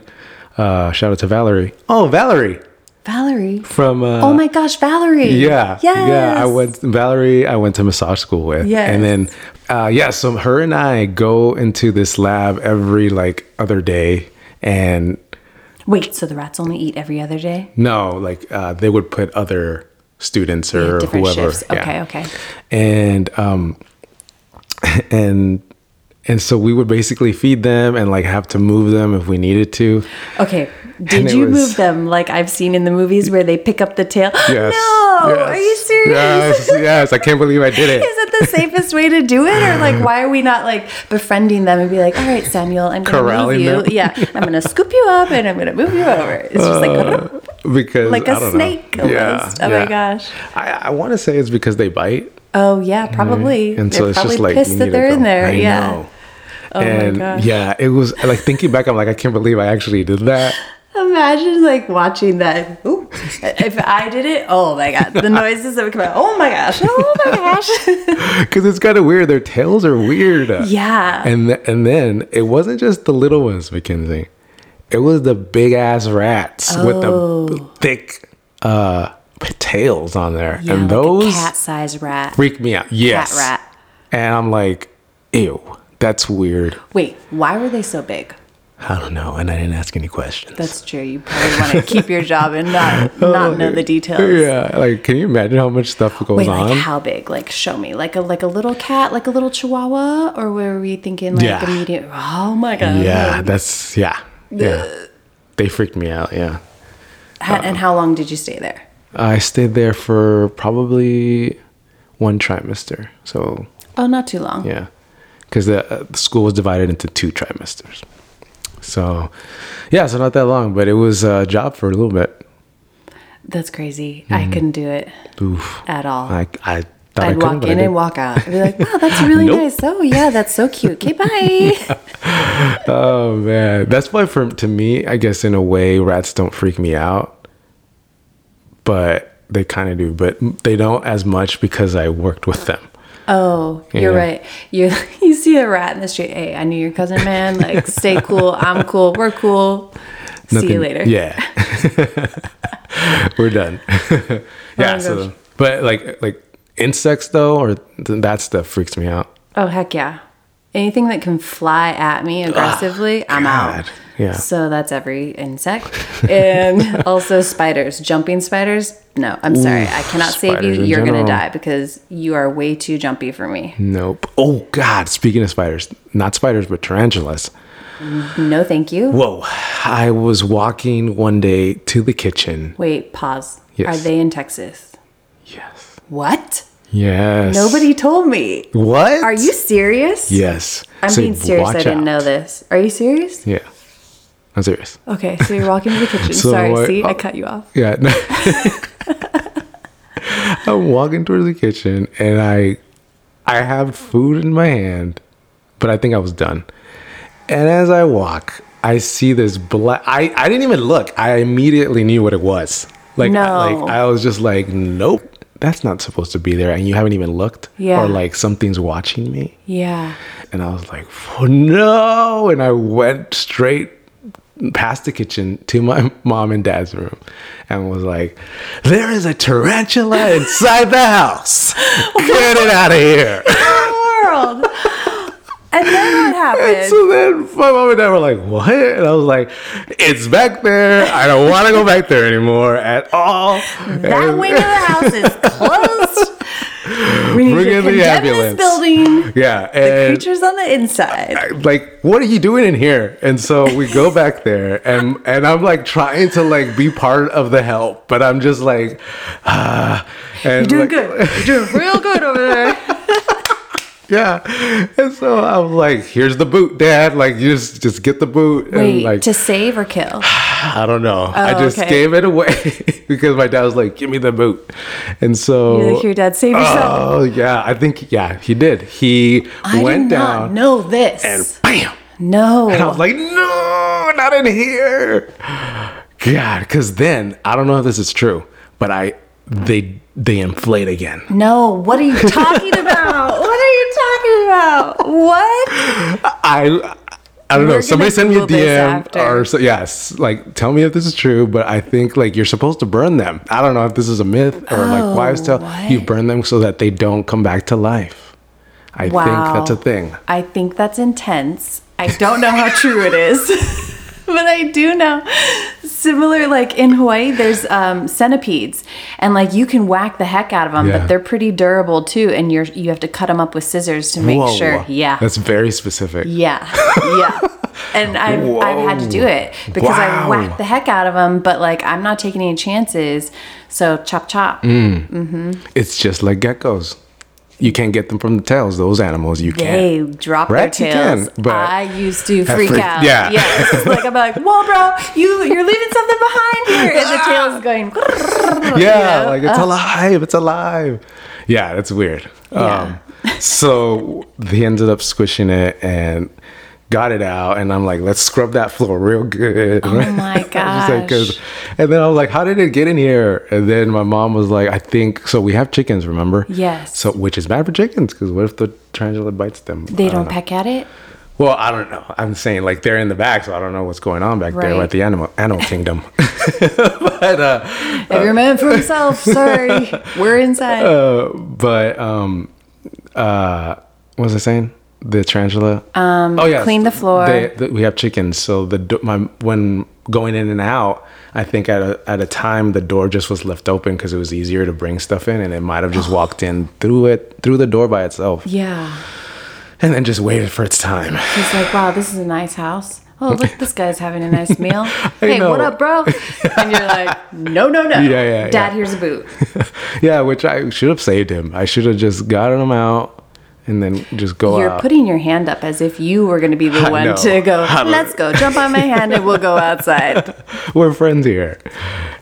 Speaker 2: uh, shout out to Valerie. Oh, Valerie
Speaker 1: Valerie.
Speaker 2: from uh,
Speaker 1: Oh my gosh, Valerie.
Speaker 2: Yeah.
Speaker 1: Yes.
Speaker 2: Yeah. I went Valerie, I went to massage school with.
Speaker 1: Yes.
Speaker 2: And then uh yeah, so her and I go into this lab every like other day and
Speaker 1: Wait, so the rats only eat every other day?
Speaker 2: no, like uh they would put other students or
Speaker 1: Different
Speaker 2: whoever.
Speaker 1: shifts.
Speaker 2: yeah.
Speaker 1: Okay, okay.
Speaker 2: And um and and so we would basically feed them and like have to move them if we needed to.
Speaker 1: Okay.
Speaker 2: And
Speaker 1: Did
Speaker 2: it
Speaker 1: you
Speaker 2: was-
Speaker 1: move them like I've seen in the movies where they pick up the tail?
Speaker 2: Yes.
Speaker 1: No.
Speaker 2: Yes.
Speaker 1: Are you serious?
Speaker 2: Yes, yes. I can't believe I did it.
Speaker 1: Is it the safest way to do it, or like, why are we not like befriending them and be like, "All right, Samuel, I'm gonna
Speaker 2: Corralling
Speaker 1: move you.
Speaker 2: them.
Speaker 1: Yeah, I'm gonna scoop you up and I'm gonna move you over." It's just like
Speaker 2: because
Speaker 1: like a
Speaker 2: I don't know.
Speaker 1: snake almost. oh my gosh.
Speaker 2: I, I want to say it's because they bite.
Speaker 1: Oh yeah, probably.
Speaker 2: And so
Speaker 1: They're
Speaker 2: it's
Speaker 1: probably
Speaker 2: just like you
Speaker 1: pissed
Speaker 2: need
Speaker 1: that
Speaker 2: to
Speaker 1: they're in
Speaker 2: go.
Speaker 1: there.
Speaker 2: I
Speaker 1: yeah.
Speaker 2: know.
Speaker 1: Oh my
Speaker 2: and
Speaker 1: gosh.
Speaker 2: yeah, it was like thinking back, I'm like, I can't believe I actually did that.
Speaker 1: Imagine like watching that. Ooh, if I did it, oh my god, the noises that would come out. Oh my gosh. Oh my gosh.
Speaker 2: Because it's kind of weird. Their tails are weird.
Speaker 1: yeah.
Speaker 2: And th- and then it wasn't just the little ones, Mackenzie. It was the big ass rats with the
Speaker 1: Oh.
Speaker 2: b- thick uh, tails on there,
Speaker 1: Yeah,
Speaker 2: and
Speaker 1: like
Speaker 2: those
Speaker 1: a cat-sized rat.
Speaker 2: freak me out. Yes,
Speaker 1: rat.
Speaker 2: And I'm like, ew, that's weird.
Speaker 1: Wait, why were they so big?
Speaker 2: I don't know, and I didn't ask any questions.
Speaker 1: That's true. You probably want to keep your job and not not know the details.
Speaker 2: Oh, yeah, like can you imagine how much stuff goes
Speaker 1: Wait,
Speaker 2: on?
Speaker 1: like how big? Like show me. Like a like a little cat, like a little chihuahua, or were we thinking like
Speaker 2: Yeah.
Speaker 1: a medium? Oh my god.
Speaker 2: yeah, that's yeah, yeah. They freaked me out. Yeah.
Speaker 1: Ha- and how long did you stay there?
Speaker 2: I stayed there for probably one trimester. So,
Speaker 1: Oh, not too long.
Speaker 2: yeah. Because the, uh, the school was divided into two trimesters. So, yeah, so not that long, but it was a job for a little bit.
Speaker 1: That's crazy. I couldn't do it
Speaker 2: Oof.
Speaker 1: at all.
Speaker 2: I, I Mm-hmm. thought
Speaker 1: I'd
Speaker 2: I could
Speaker 1: walk in and walk out. I'd be like, wow, that's really
Speaker 2: Nope.
Speaker 1: nice. Oh, yeah, that's so cute. Okay, bye.
Speaker 2: Oh, man. That's why, for, to me, I guess in a way, rats don't freak me out, but they kind of do, but they don't as much because I worked with them.
Speaker 1: Oh, you're
Speaker 2: Yeah.
Speaker 1: right. You you see a rat in the street. Hey, I knew your cousin, man. Like, stay cool. I'm cool. We're cool. See you
Speaker 2: Nothing-
Speaker 1: later.
Speaker 2: Yeah. We're done. yeah.
Speaker 1: Oh my
Speaker 2: so,
Speaker 1: gosh.
Speaker 2: but like, like insects though, or th- that stuff freaks me out.
Speaker 1: Oh, heck yeah. Anything that can fly at me aggressively, I'm
Speaker 2: God.
Speaker 1: out.
Speaker 2: Yeah.
Speaker 1: So that's every insect. And also spiders, jumping spiders. No, I'm sorry. I cannot save you.
Speaker 2: spiders in
Speaker 1: You're going
Speaker 2: general.
Speaker 1: to die because you are way too jumpy for me.
Speaker 2: Nope. Oh God. Speaking of spiders, not spiders, but tarantulas.
Speaker 1: No, thank you.
Speaker 2: Whoa. I was walking one day to the kitchen.
Speaker 1: Wait, pause.
Speaker 2: Yes.
Speaker 1: Are they in Texas?
Speaker 2: Yes.
Speaker 1: What?
Speaker 2: Yes.
Speaker 1: Nobody told me.
Speaker 2: What?
Speaker 1: Are you serious?
Speaker 2: Yes.
Speaker 1: I'm
Speaker 2: So
Speaker 1: being serious. I
Speaker 2: watch
Speaker 1: didn't
Speaker 2: out.
Speaker 1: know this. Are you serious?
Speaker 2: Yeah. I'm serious.
Speaker 1: Okay, so you're walking to the kitchen.
Speaker 2: So
Speaker 1: Sorry,
Speaker 2: I-
Speaker 1: see,
Speaker 2: uh,
Speaker 1: I cut you off.
Speaker 2: Yeah. no. I'm walking towards the kitchen and I I have food in my hand, but I think I was done. And as I walk, I see this black I, I didn't even look. I immediately knew what it was. Like, I,
Speaker 1: No.
Speaker 2: like I was just like, nope. That's not supposed to be there, and you haven't even looked,
Speaker 1: Yeah.
Speaker 2: or like something's watching me.
Speaker 1: Yeah.
Speaker 2: And I was like, "Oh, no. And I went straight past the kitchen to my mom and dad's room and was like, there is a tarantula inside the house. Get it out of here.
Speaker 1: World. and then what
Speaker 2: And
Speaker 1: happened?
Speaker 2: so then my mom and dad were like, what? And I was like, it's back there. I don't want to go back there anymore at all.
Speaker 1: That
Speaker 2: And-
Speaker 1: wing of the house is closed. We need
Speaker 2: Bring
Speaker 1: to
Speaker 2: in the
Speaker 1: condemn
Speaker 2: ambulance.
Speaker 1: this building.
Speaker 2: yeah.
Speaker 1: The
Speaker 2: And
Speaker 1: creatures on the inside.
Speaker 2: like what are you doing in here and so we go back there and and i'm like trying to like be part of the help but i'm just like ah and
Speaker 1: You're doing
Speaker 2: like,
Speaker 1: good. You're doing real good over there.
Speaker 2: yeah and so i'm like here's the boot dad like you just just get the boot and
Speaker 1: Wait,
Speaker 2: like
Speaker 1: to save or kill?
Speaker 2: i don't know i
Speaker 1: Oh,
Speaker 2: just
Speaker 1: okay.
Speaker 2: gave it away because my dad was like give me the boot and so
Speaker 1: You're like, here, Dad, save yourself.
Speaker 2: oh yeah i think yeah he did he
Speaker 1: I
Speaker 2: went
Speaker 1: did not
Speaker 2: down
Speaker 1: know this.
Speaker 2: and bam
Speaker 1: no.
Speaker 2: And I was like, no, not in here. God, because then I don't know if this is true, but I they they inflate again.
Speaker 1: No, what are you talking about? what are you talking about? What?
Speaker 2: I I don't
Speaker 1: We're
Speaker 2: know.
Speaker 1: gonna
Speaker 2: Somebody send me a
Speaker 1: Google this
Speaker 2: DM
Speaker 1: after.
Speaker 2: or so, yes, like tell me if this is true. But I think like you're supposed to burn them. I don't know if this is a myth or like wives tell
Speaker 1: Oh, what?
Speaker 2: you burn them so that they don't come back to life. I
Speaker 1: Wow.
Speaker 2: think that's a thing.
Speaker 1: I think that's intense. I don't know how true it is. But I do know. Similar, like in Hawaii, there's um, centipedes, and like you can whack the heck out of them,
Speaker 2: Yeah.
Speaker 1: but they're pretty durable too. And you're you have to cut them up with scissors to make
Speaker 2: Whoa.
Speaker 1: sure. Yeah,
Speaker 2: that's very specific.
Speaker 1: Yeah, yeah. And I've, I've had to do it because
Speaker 2: Wow.
Speaker 1: I whacked the heck out of them, but like I'm not taking any chances. So chop chop.
Speaker 2: It's just like geckos. You can't get them from the tails. Those animals you can't.
Speaker 1: They drop
Speaker 2: Rats you
Speaker 1: their tails.
Speaker 2: can, but-
Speaker 1: I used to
Speaker 2: That
Speaker 1: freak
Speaker 2: freak-
Speaker 1: out.
Speaker 2: yeah.
Speaker 1: yeah. It's just like I'm like, whoa, bro, you you're leaving something behind here, and the tail's going.
Speaker 2: yeah, like it's alive, it's alive. Yeah, that's weird.
Speaker 1: Yeah.
Speaker 2: Um, so they ended up squishing it and got it out, and I'm like, let's scrub that floor real good. Oh
Speaker 1: my gosh.
Speaker 2: and then I was like, how did it get in here? And then my mom was like, I think so. We have chickens, remember?
Speaker 1: Yes.
Speaker 2: So which is bad for chickens because what if the tarantula bites them?
Speaker 1: they
Speaker 2: I
Speaker 1: don't
Speaker 2: know.
Speaker 1: peck at it.
Speaker 2: Well, I don't know. I'm saying like they're in the back, so I don't know what's going on back there
Speaker 1: Right.
Speaker 2: at the animal animal kingdom.
Speaker 1: Every man for himself. Sorry, we're inside.
Speaker 2: Uh. But um, uh, what was I saying? The tarantula. Um, oh yeah,
Speaker 1: clean the floor.
Speaker 2: They, th we have chickens, so the do- my when going in and out, I think at a at a time the door just was left open because it was easier to bring stuff in, and it might have just
Speaker 1: Oh.
Speaker 2: walked in through it through the door by itself,
Speaker 1: yeah,
Speaker 2: and then just waited for its time.
Speaker 1: he's like, wow, this is a nice house. Oh, look, this guy's having a nice meal. Hey, what
Speaker 2: know.
Speaker 1: up, bro? And you're like, no, no, no.
Speaker 2: Yeah, yeah,
Speaker 1: Dad,
Speaker 2: yeah.
Speaker 1: here's a boot.
Speaker 2: yeah, which I should have saved him. I should have just gotten him out and then just go
Speaker 1: You're
Speaker 2: out.
Speaker 1: putting your hand up as if you were going to be the
Speaker 2: I
Speaker 1: one
Speaker 2: know.
Speaker 1: to go.
Speaker 2: I don't-
Speaker 1: Let's go. Jump on my hand, and we'll go outside.
Speaker 2: We're friends here.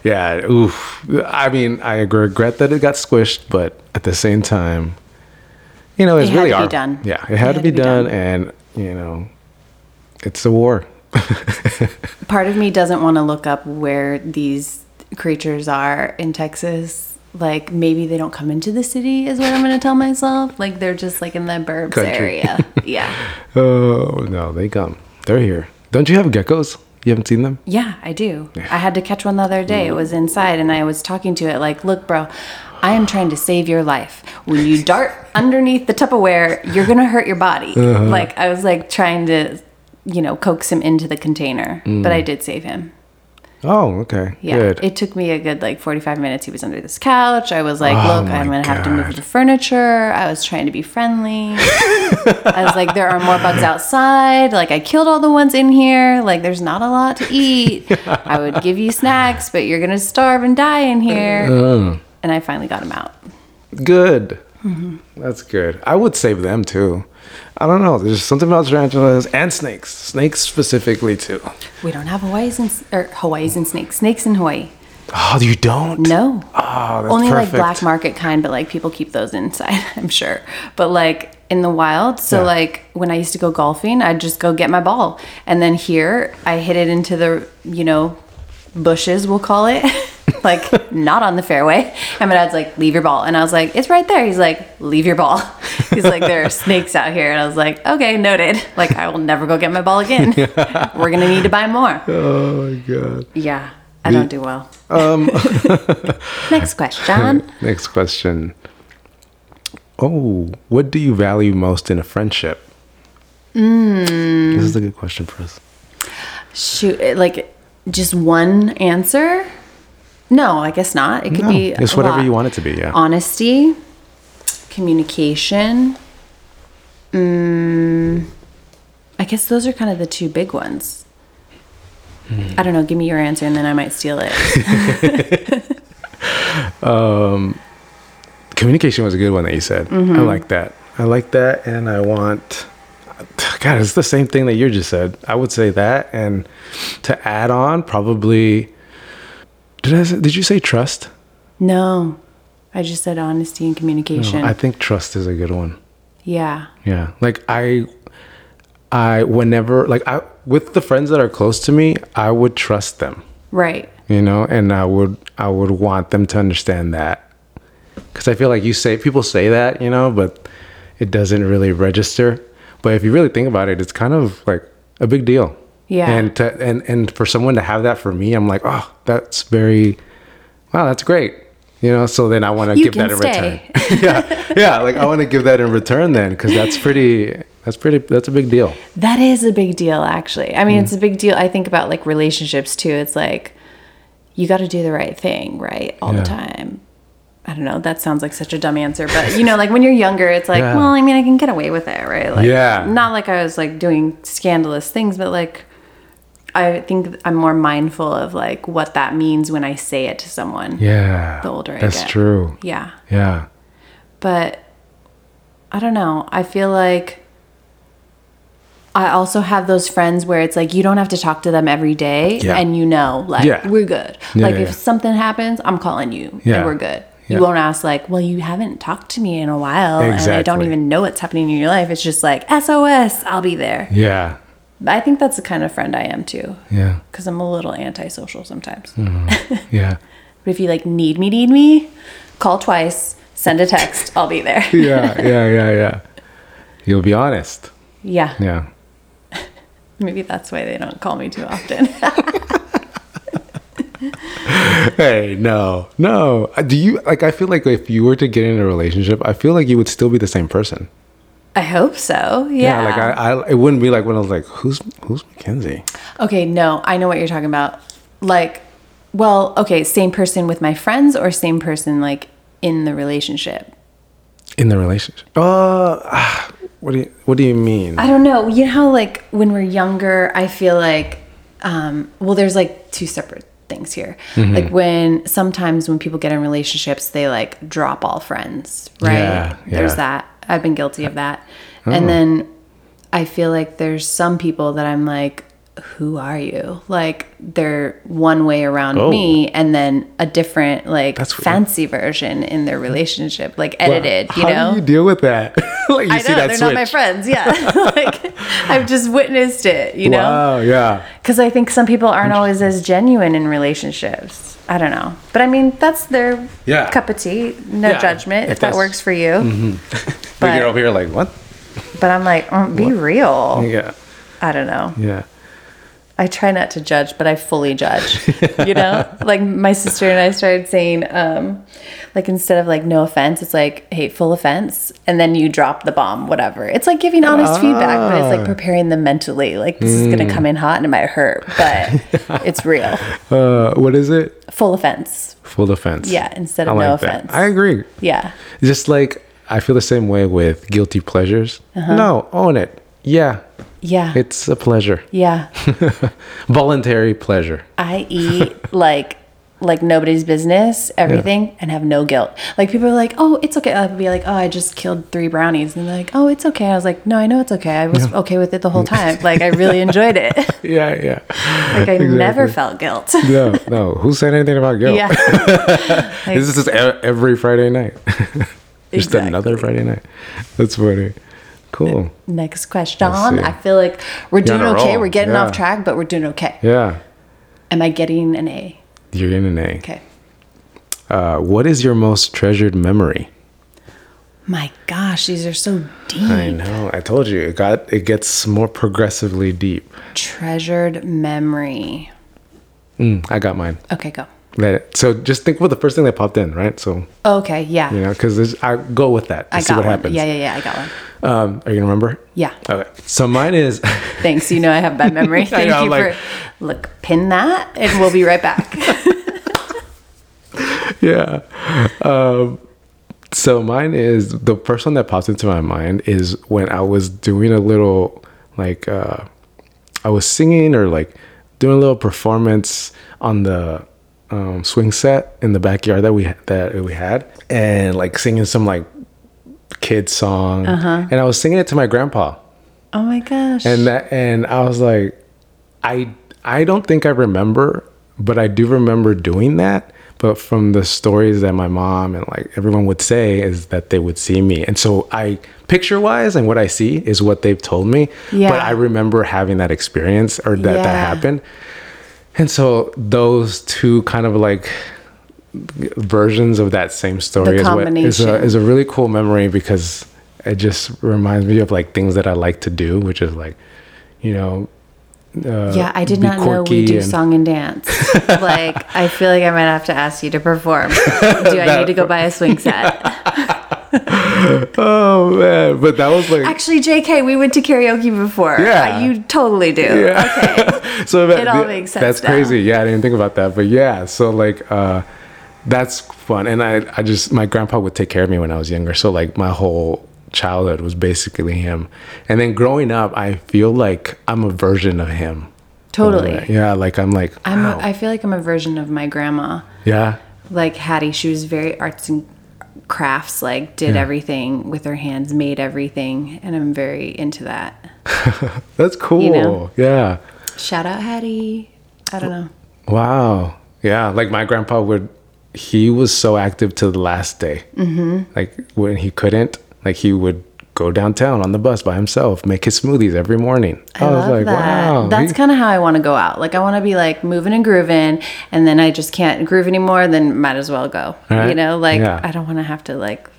Speaker 2: Yeah. Oof. I mean, I regret that it got squished, but at the same time, you know, it's
Speaker 1: had
Speaker 2: really
Speaker 1: to be
Speaker 2: our-
Speaker 1: done.
Speaker 2: Yeah, it had, to be, done, and you know, it's a war.
Speaker 1: Part of me doesn't want to look up where these creatures are in Texas. Like maybe they don't come into the city is what I'm going to tell myself. Like they're just like in the burbs
Speaker 2: Country.
Speaker 1: area. Yeah.
Speaker 2: Oh no, they come. They're here. Don't you have geckos? You haven't seen them?
Speaker 1: Yeah, I do. I had to catch one the other day. It was inside, and I was talking to it like, "Look, bro, I am trying to save your life. When you dart underneath the Tupperware, you're gonna hurt your body." Like I was like trying to, you know, coax him into the container, but I did save him.
Speaker 2: Oh, okay.
Speaker 1: Yeah,
Speaker 2: Good.
Speaker 1: it took me a good like 45 minutes. He was under this couch. I was like,
Speaker 2: Oh
Speaker 1: "Look, I'm
Speaker 2: my
Speaker 1: gonna have to move
Speaker 2: God.
Speaker 1: the furniture." I was trying to be friendly. I was like, "There are more bugs outside. Like I killed all the ones in here. Like there's not a lot to eat. I would give you snacks, but you're gonna starve and die in here."
Speaker 2: Uh.
Speaker 1: And I finally got him out.
Speaker 2: Good.
Speaker 1: Mm-hmm.
Speaker 2: That's good. I would save them too. I don't know. There's something about tarantulas and snakes. Snakes specifically too.
Speaker 1: We don't have Hawaii's and or Hawaii's and snakes. Snakes in Hawaii.
Speaker 2: Oh, you don't?
Speaker 1: No.
Speaker 2: Oh, that's
Speaker 1: only
Speaker 2: perfect.
Speaker 1: like black market kind, but like people keep those inside, I'm sure. But like in the wild, so
Speaker 2: Yeah.
Speaker 1: like when I used to go golfing, I'd just go get my ball, and then here I hit it into the you know bushes, we'll call it, like not on the fairway. And my dad's like, "Leave your ball," and I was like, "It's right there." He's like, "Leave your ball." He's like, "There are snakes out here," and I was like, "Okay, noted." Like I will never go get my ball again. We're gonna need to buy more.
Speaker 2: Oh my god.
Speaker 1: Yeah, I don't do well.
Speaker 2: Um,
Speaker 1: Next question.
Speaker 2: Next question. Oh, what do you value most in a friendship?
Speaker 1: Hmm.
Speaker 2: This is a good question for us.
Speaker 1: Shoot, it- like just one answer? No, I guess not. It could
Speaker 2: No,
Speaker 1: be
Speaker 2: it's
Speaker 1: a
Speaker 2: whatever
Speaker 1: lot.
Speaker 2: you want it to be. Yeah.
Speaker 1: Honesty, communication. Mm, I guess those are kind of the two big ones.
Speaker 2: Hmm.
Speaker 1: I don't know. Give me your answer, and then I might steal it.
Speaker 2: Communication was a good one that you said.
Speaker 1: Mm-hmm.
Speaker 2: I like that. I like that, and I want. God, it's the same thing that you just said. I would say that, and to add on, probably. Did I? Say, did you say trust?
Speaker 1: no, I just said honesty and communication.
Speaker 2: I think trust is a good one.
Speaker 1: yeah,
Speaker 2: Yeah. Like I I whenever like I with the friends that are close to me, I would trust them,
Speaker 1: right.
Speaker 2: you know, and I would I would want them to understand that. Cuz I feel like you say people say that, you know, but it doesn't really register. But if you really think about it, it's kind of like a big deal.
Speaker 1: Yeah.
Speaker 2: And to, and and for someone to have that for me, I'm like, "Oh, that's very wow, that's great." You know, so then I want to
Speaker 1: You
Speaker 2: give that
Speaker 1: can
Speaker 2: in
Speaker 1: stay.
Speaker 2: return yeah, yeah. Like I want to give that in return then, because that's pretty. That's pretty. That's a big deal.
Speaker 1: That is a big deal, actually. I mean,
Speaker 2: Hmm.
Speaker 1: it's a big deal. I think about like relationships too. It's like you got to do the right thing, right, all
Speaker 2: Yeah.
Speaker 1: the time. I don't know. That sounds like such a dumb answer, but you know, like when you're younger, it's like,
Speaker 2: Yeah.
Speaker 1: well, I mean, I can get away with it, right? Like,
Speaker 2: Yeah.
Speaker 1: Not like I was like doing scandalous things, but like I think I'm more mindful of like what that means when I say it to someone.
Speaker 2: Yeah.
Speaker 1: The older I
Speaker 2: That's
Speaker 1: get.
Speaker 2: true.
Speaker 1: Yeah.
Speaker 2: Yeah.
Speaker 1: But I don't know. I feel like I also have those friends where it's like you don't have to talk to them every day
Speaker 2: Yeah.
Speaker 1: and you know, like,
Speaker 2: Yeah.
Speaker 1: we're good.
Speaker 2: Yeah,
Speaker 1: like,
Speaker 2: yeah,
Speaker 1: if
Speaker 2: yeah.
Speaker 1: something happens, I'm calling you
Speaker 2: Yeah.
Speaker 1: and we're good.
Speaker 2: Yeah.
Speaker 1: You won't ask, like, well, you haven't talked to me in a while and I don't
Speaker 2: Exactly.
Speaker 1: even know what's happening in your life. It's just like, SOS, I'll be there.
Speaker 2: Yeah.
Speaker 1: I think that's the kind of friend I am too,
Speaker 2: Yeah.
Speaker 1: because I'm a little antisocial sometimes.
Speaker 2: Mm-hmm. Yeah.
Speaker 1: But if you like need me, need me, call twice, send a text, I'll be there.
Speaker 2: Yeah. Yeah. Yeah. Yeah. You'll be honest.
Speaker 1: Yeah.
Speaker 2: Yeah.
Speaker 1: Maybe that's why they don't call me too often.
Speaker 2: Hey, no, no. Uh, Do you like? I feel like if you were to get in a relationship, I feel like you would still be the same person.
Speaker 1: I hope so. Yeah.
Speaker 2: like I, I, it wouldn't be like when I was like, who's who's Mackenzie?
Speaker 1: okay, no, I know what you're talking about. Like, well, okay, same person with my friends or same person like in the relationship.
Speaker 2: in the relationship. Uh, ah, what do you what do you mean?
Speaker 1: I don't know. You know how like when we're younger, I feel like um well there's like two separate things here.
Speaker 2: Mm-hmm.
Speaker 1: Like when sometimes when people get in relationships, they like drop all friends, right?
Speaker 2: Yeah, Oh.
Speaker 1: There's
Speaker 2: yeah.
Speaker 1: that. I've been guilty of that. And then I feel like there's some people that I'm like who are you? Like they're one way around
Speaker 2: Oh.
Speaker 1: me and then a different like
Speaker 2: That's weird.
Speaker 1: fancy version in their relationship, like edited, you
Speaker 2: How
Speaker 1: know?
Speaker 2: do you deal with that? like you
Speaker 1: I know they're not my friends. Yeah, like I've just witnessed it, you know.
Speaker 2: Wow, yeah.
Speaker 1: Because I think some people aren't always as genuine in relationships. I don't know, but I mean that's their
Speaker 2: Yeah.
Speaker 1: cup of tea. No
Speaker 2: Yeah, Mm-hmm.
Speaker 1: judgment
Speaker 2: if
Speaker 1: if that
Speaker 2: that's-
Speaker 1: works for you.
Speaker 2: But
Speaker 1: But-
Speaker 2: you're over here like what?
Speaker 1: But I'm like, mm, be real.
Speaker 2: Yeah,
Speaker 1: I don't know.
Speaker 2: yeah.
Speaker 1: I try not to judge, but I fully judge. you know, like my sister and I started saying, um, like instead of like no offense, it's like hateful offense, and then you drop the bomb, whatever. It's like giving honest feedback, but it's like preparing them mentally. Like this is gonna come in hot and it might hurt, but it's real.
Speaker 2: Uh, what is it?
Speaker 1: Full offense,
Speaker 2: Full offense.
Speaker 1: yeah. Instead of
Speaker 2: I
Speaker 1: no
Speaker 2: like that.
Speaker 1: offense,
Speaker 2: I agree.
Speaker 1: yeah.
Speaker 2: Just like I feel the same way with guilty pleasures. No, own it. Yeah,
Speaker 1: Yeah.
Speaker 2: it's a pleasure,
Speaker 1: yeah.
Speaker 2: voluntary pleasure.
Speaker 1: I eat like like nobody's business, everything, and have no guilt. Like people are like, "Oh, it's okay." I'll be like, "Oh, I just killed three brownies," and they're like, "Oh, it's okay." I was like, "No, I know it's okay. I was okay with it the whole time. Like I really enjoyed it. Like
Speaker 2: Yeah, yeah.
Speaker 1: I never felt guilt."
Speaker 2: No, no. Who said anything about guilt?
Speaker 1: yeah,
Speaker 2: This is just e- every Friday night. just
Speaker 1: Exactly.
Speaker 2: another Friday night. That's funny. Cool.
Speaker 1: Next question.
Speaker 2: see.
Speaker 1: I feel like we're
Speaker 2: You're on
Speaker 1: doing
Speaker 2: a
Speaker 1: okay.
Speaker 2: roll.
Speaker 1: We're getting
Speaker 2: Yeah.
Speaker 1: off track, but we're doing okay.
Speaker 2: Yeah.
Speaker 1: Am I getting an A?
Speaker 2: You're in an A.
Speaker 1: Okay.
Speaker 2: Uh, what is your most treasured memory?
Speaker 1: My gosh, these are so deep.
Speaker 2: I know. I told you. It got. It gets more progressively deep.
Speaker 1: Treasured memory.
Speaker 2: Mm, I got mine.
Speaker 1: Okay, go.
Speaker 2: Let it. So just think about the first thing that popped in, right? So
Speaker 1: Okay, yeah.
Speaker 2: you know, because I go with that.
Speaker 1: I
Speaker 2: and see
Speaker 1: got
Speaker 2: what
Speaker 1: one.
Speaker 2: happens.
Speaker 1: Yeah, yeah, yeah. I got one.
Speaker 2: Um, are you gonna remember?
Speaker 1: Yeah.
Speaker 2: Okay. So mine is.
Speaker 1: Thanks. You know I have bad memory. Thank
Speaker 2: know,
Speaker 1: you
Speaker 2: like-
Speaker 1: for look, pin that and we'll be right back.
Speaker 2: yeah. Um, so mine is the first one that pops into my mind is when I was doing a little like uh, I was singing or like doing a little performance on the um, swing set in the backyard that we that we had and like singing some like kid song
Speaker 1: Uh-huh.
Speaker 2: and I was singing it to my grandpa
Speaker 1: oh my gosh.
Speaker 2: and that and I was like, I I don't think I remember, but I do remember doing that. But from the stories that my mom and like everyone would say is that they would see me, and so I picture wise and what I see is what they've told me. But
Speaker 1: Yeah.
Speaker 2: I remember having that experience or that that
Speaker 1: Yeah.
Speaker 2: happened, and so those two kind of like versions of that same story
Speaker 1: The
Speaker 2: is what is a,
Speaker 1: combination.
Speaker 2: is a really cool memory because it just reminds me of like things that I like to do, which is like, you know, uh,
Speaker 1: yeah, I did
Speaker 2: be
Speaker 1: not know we
Speaker 2: quirky
Speaker 1: do
Speaker 2: and-
Speaker 1: song and dance. like, I feel like I might have to ask you to perform. Do I need to go buy a swing set?
Speaker 2: Oh man, but that was like
Speaker 1: Actually, JK, we went to karaoke before.
Speaker 2: Yeah.
Speaker 1: Uh, You totally do.
Speaker 2: so that,
Speaker 1: It all
Speaker 2: th-
Speaker 1: makes sense
Speaker 2: That's
Speaker 1: now.
Speaker 2: crazy. Yeah, I didn't think about that, but yeah. So like, uh, that's fun. And I, I just my grandpa would take care of me when I was younger. So like my whole childhood was basically him. And then growing up, I feel like I'm a version of him. a little
Speaker 1: Totally.
Speaker 2: bit. Yeah, like I'm like
Speaker 1: I'm
Speaker 2: wow.
Speaker 1: a, I feel like I'm a version of my grandma.
Speaker 2: yeah.
Speaker 1: like Hattie, she was very arts and crafts, like did everything with her hands, made everything, and I'm very into that.
Speaker 2: That's cool.
Speaker 1: know.
Speaker 2: Yeah.
Speaker 1: Shout out Hattie. I don't know.
Speaker 2: Wow. Yeah. Like my grandpa would, he was so active to the last day. Mm-hmm. Like when he couldn't, like he would go downtown on the bus by himself, make his smoothies every morning.
Speaker 1: I, love that. That's
Speaker 2: he-
Speaker 1: kind of how I want to go out. Like I want to be like moving and grooving, and then I just can't groove anymore. Then might as well go.
Speaker 2: Right.
Speaker 1: You know, like
Speaker 2: Yeah.
Speaker 1: I don't want to have to like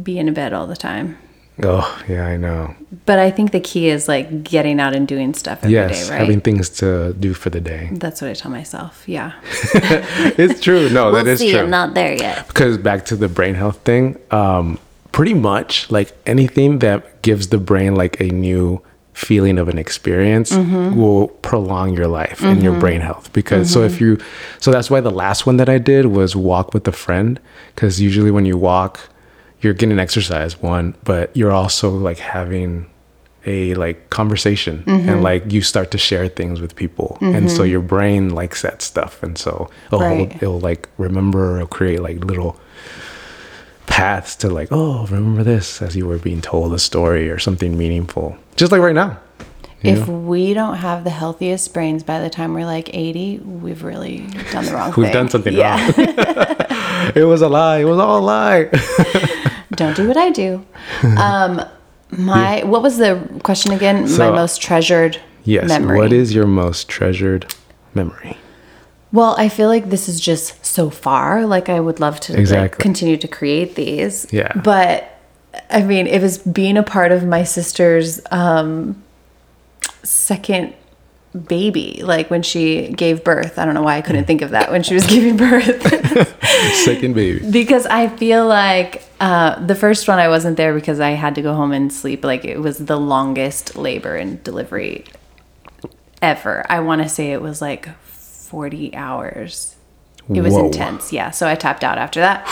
Speaker 1: be in a bed all the time.
Speaker 2: oh, yeah, I know.
Speaker 1: But I think the key is like getting out and doing stuff every day,
Speaker 2: Yes.
Speaker 1: right?
Speaker 2: Having things to do for the day.
Speaker 1: That's what I tell myself. Yeah.
Speaker 2: It's true. No, that is true.
Speaker 1: not there yet.
Speaker 2: because back to the brain health thing um pretty much like anything that gives the brain like a new feeling of an experience will prolong your life and your brain health because so if you so that's why the last one that i did was walk with a friend because usually when you walk you're getting exercise one but you're also like having a like conversation and like you start to share things with people and so your brain likes that stuff and so it'll,
Speaker 1: Right.
Speaker 2: hold, it'll like remember or create like little paths to like oh remember this as you were being told a story or something meaningful just like right now you
Speaker 1: If
Speaker 2: know?
Speaker 1: we don't have the healthiest brains by the time we're like 80, we've really done the wrong thing.
Speaker 2: we've done something
Speaker 1: Yeah.
Speaker 2: wrong it was a lie it was all a lie
Speaker 1: don't do what I do. Um, my what was the question again?
Speaker 2: So- uh,
Speaker 1: my most treasured
Speaker 2: yes
Speaker 1: memory.
Speaker 2: what is your most treasured memory
Speaker 1: Well, I feel like this is just so far. Like I would love to like,
Speaker 2: Exactly.
Speaker 1: continue to create these.
Speaker 2: Yeah.
Speaker 1: But I mean, it was being a part of my sister's um, second baby, like when she gave birth. I don't know why I
Speaker 2: Mm.
Speaker 1: couldn't think of that when she was giving birth.
Speaker 2: second baby
Speaker 1: because I feel like uh, the first one I wasn't there because I had to go home and sleep. Like it was the longest labor and delivery ever. I want to say it was like 40 hours. It was
Speaker 2: Whoa.
Speaker 1: intense. Yeah. So I tapped out after that.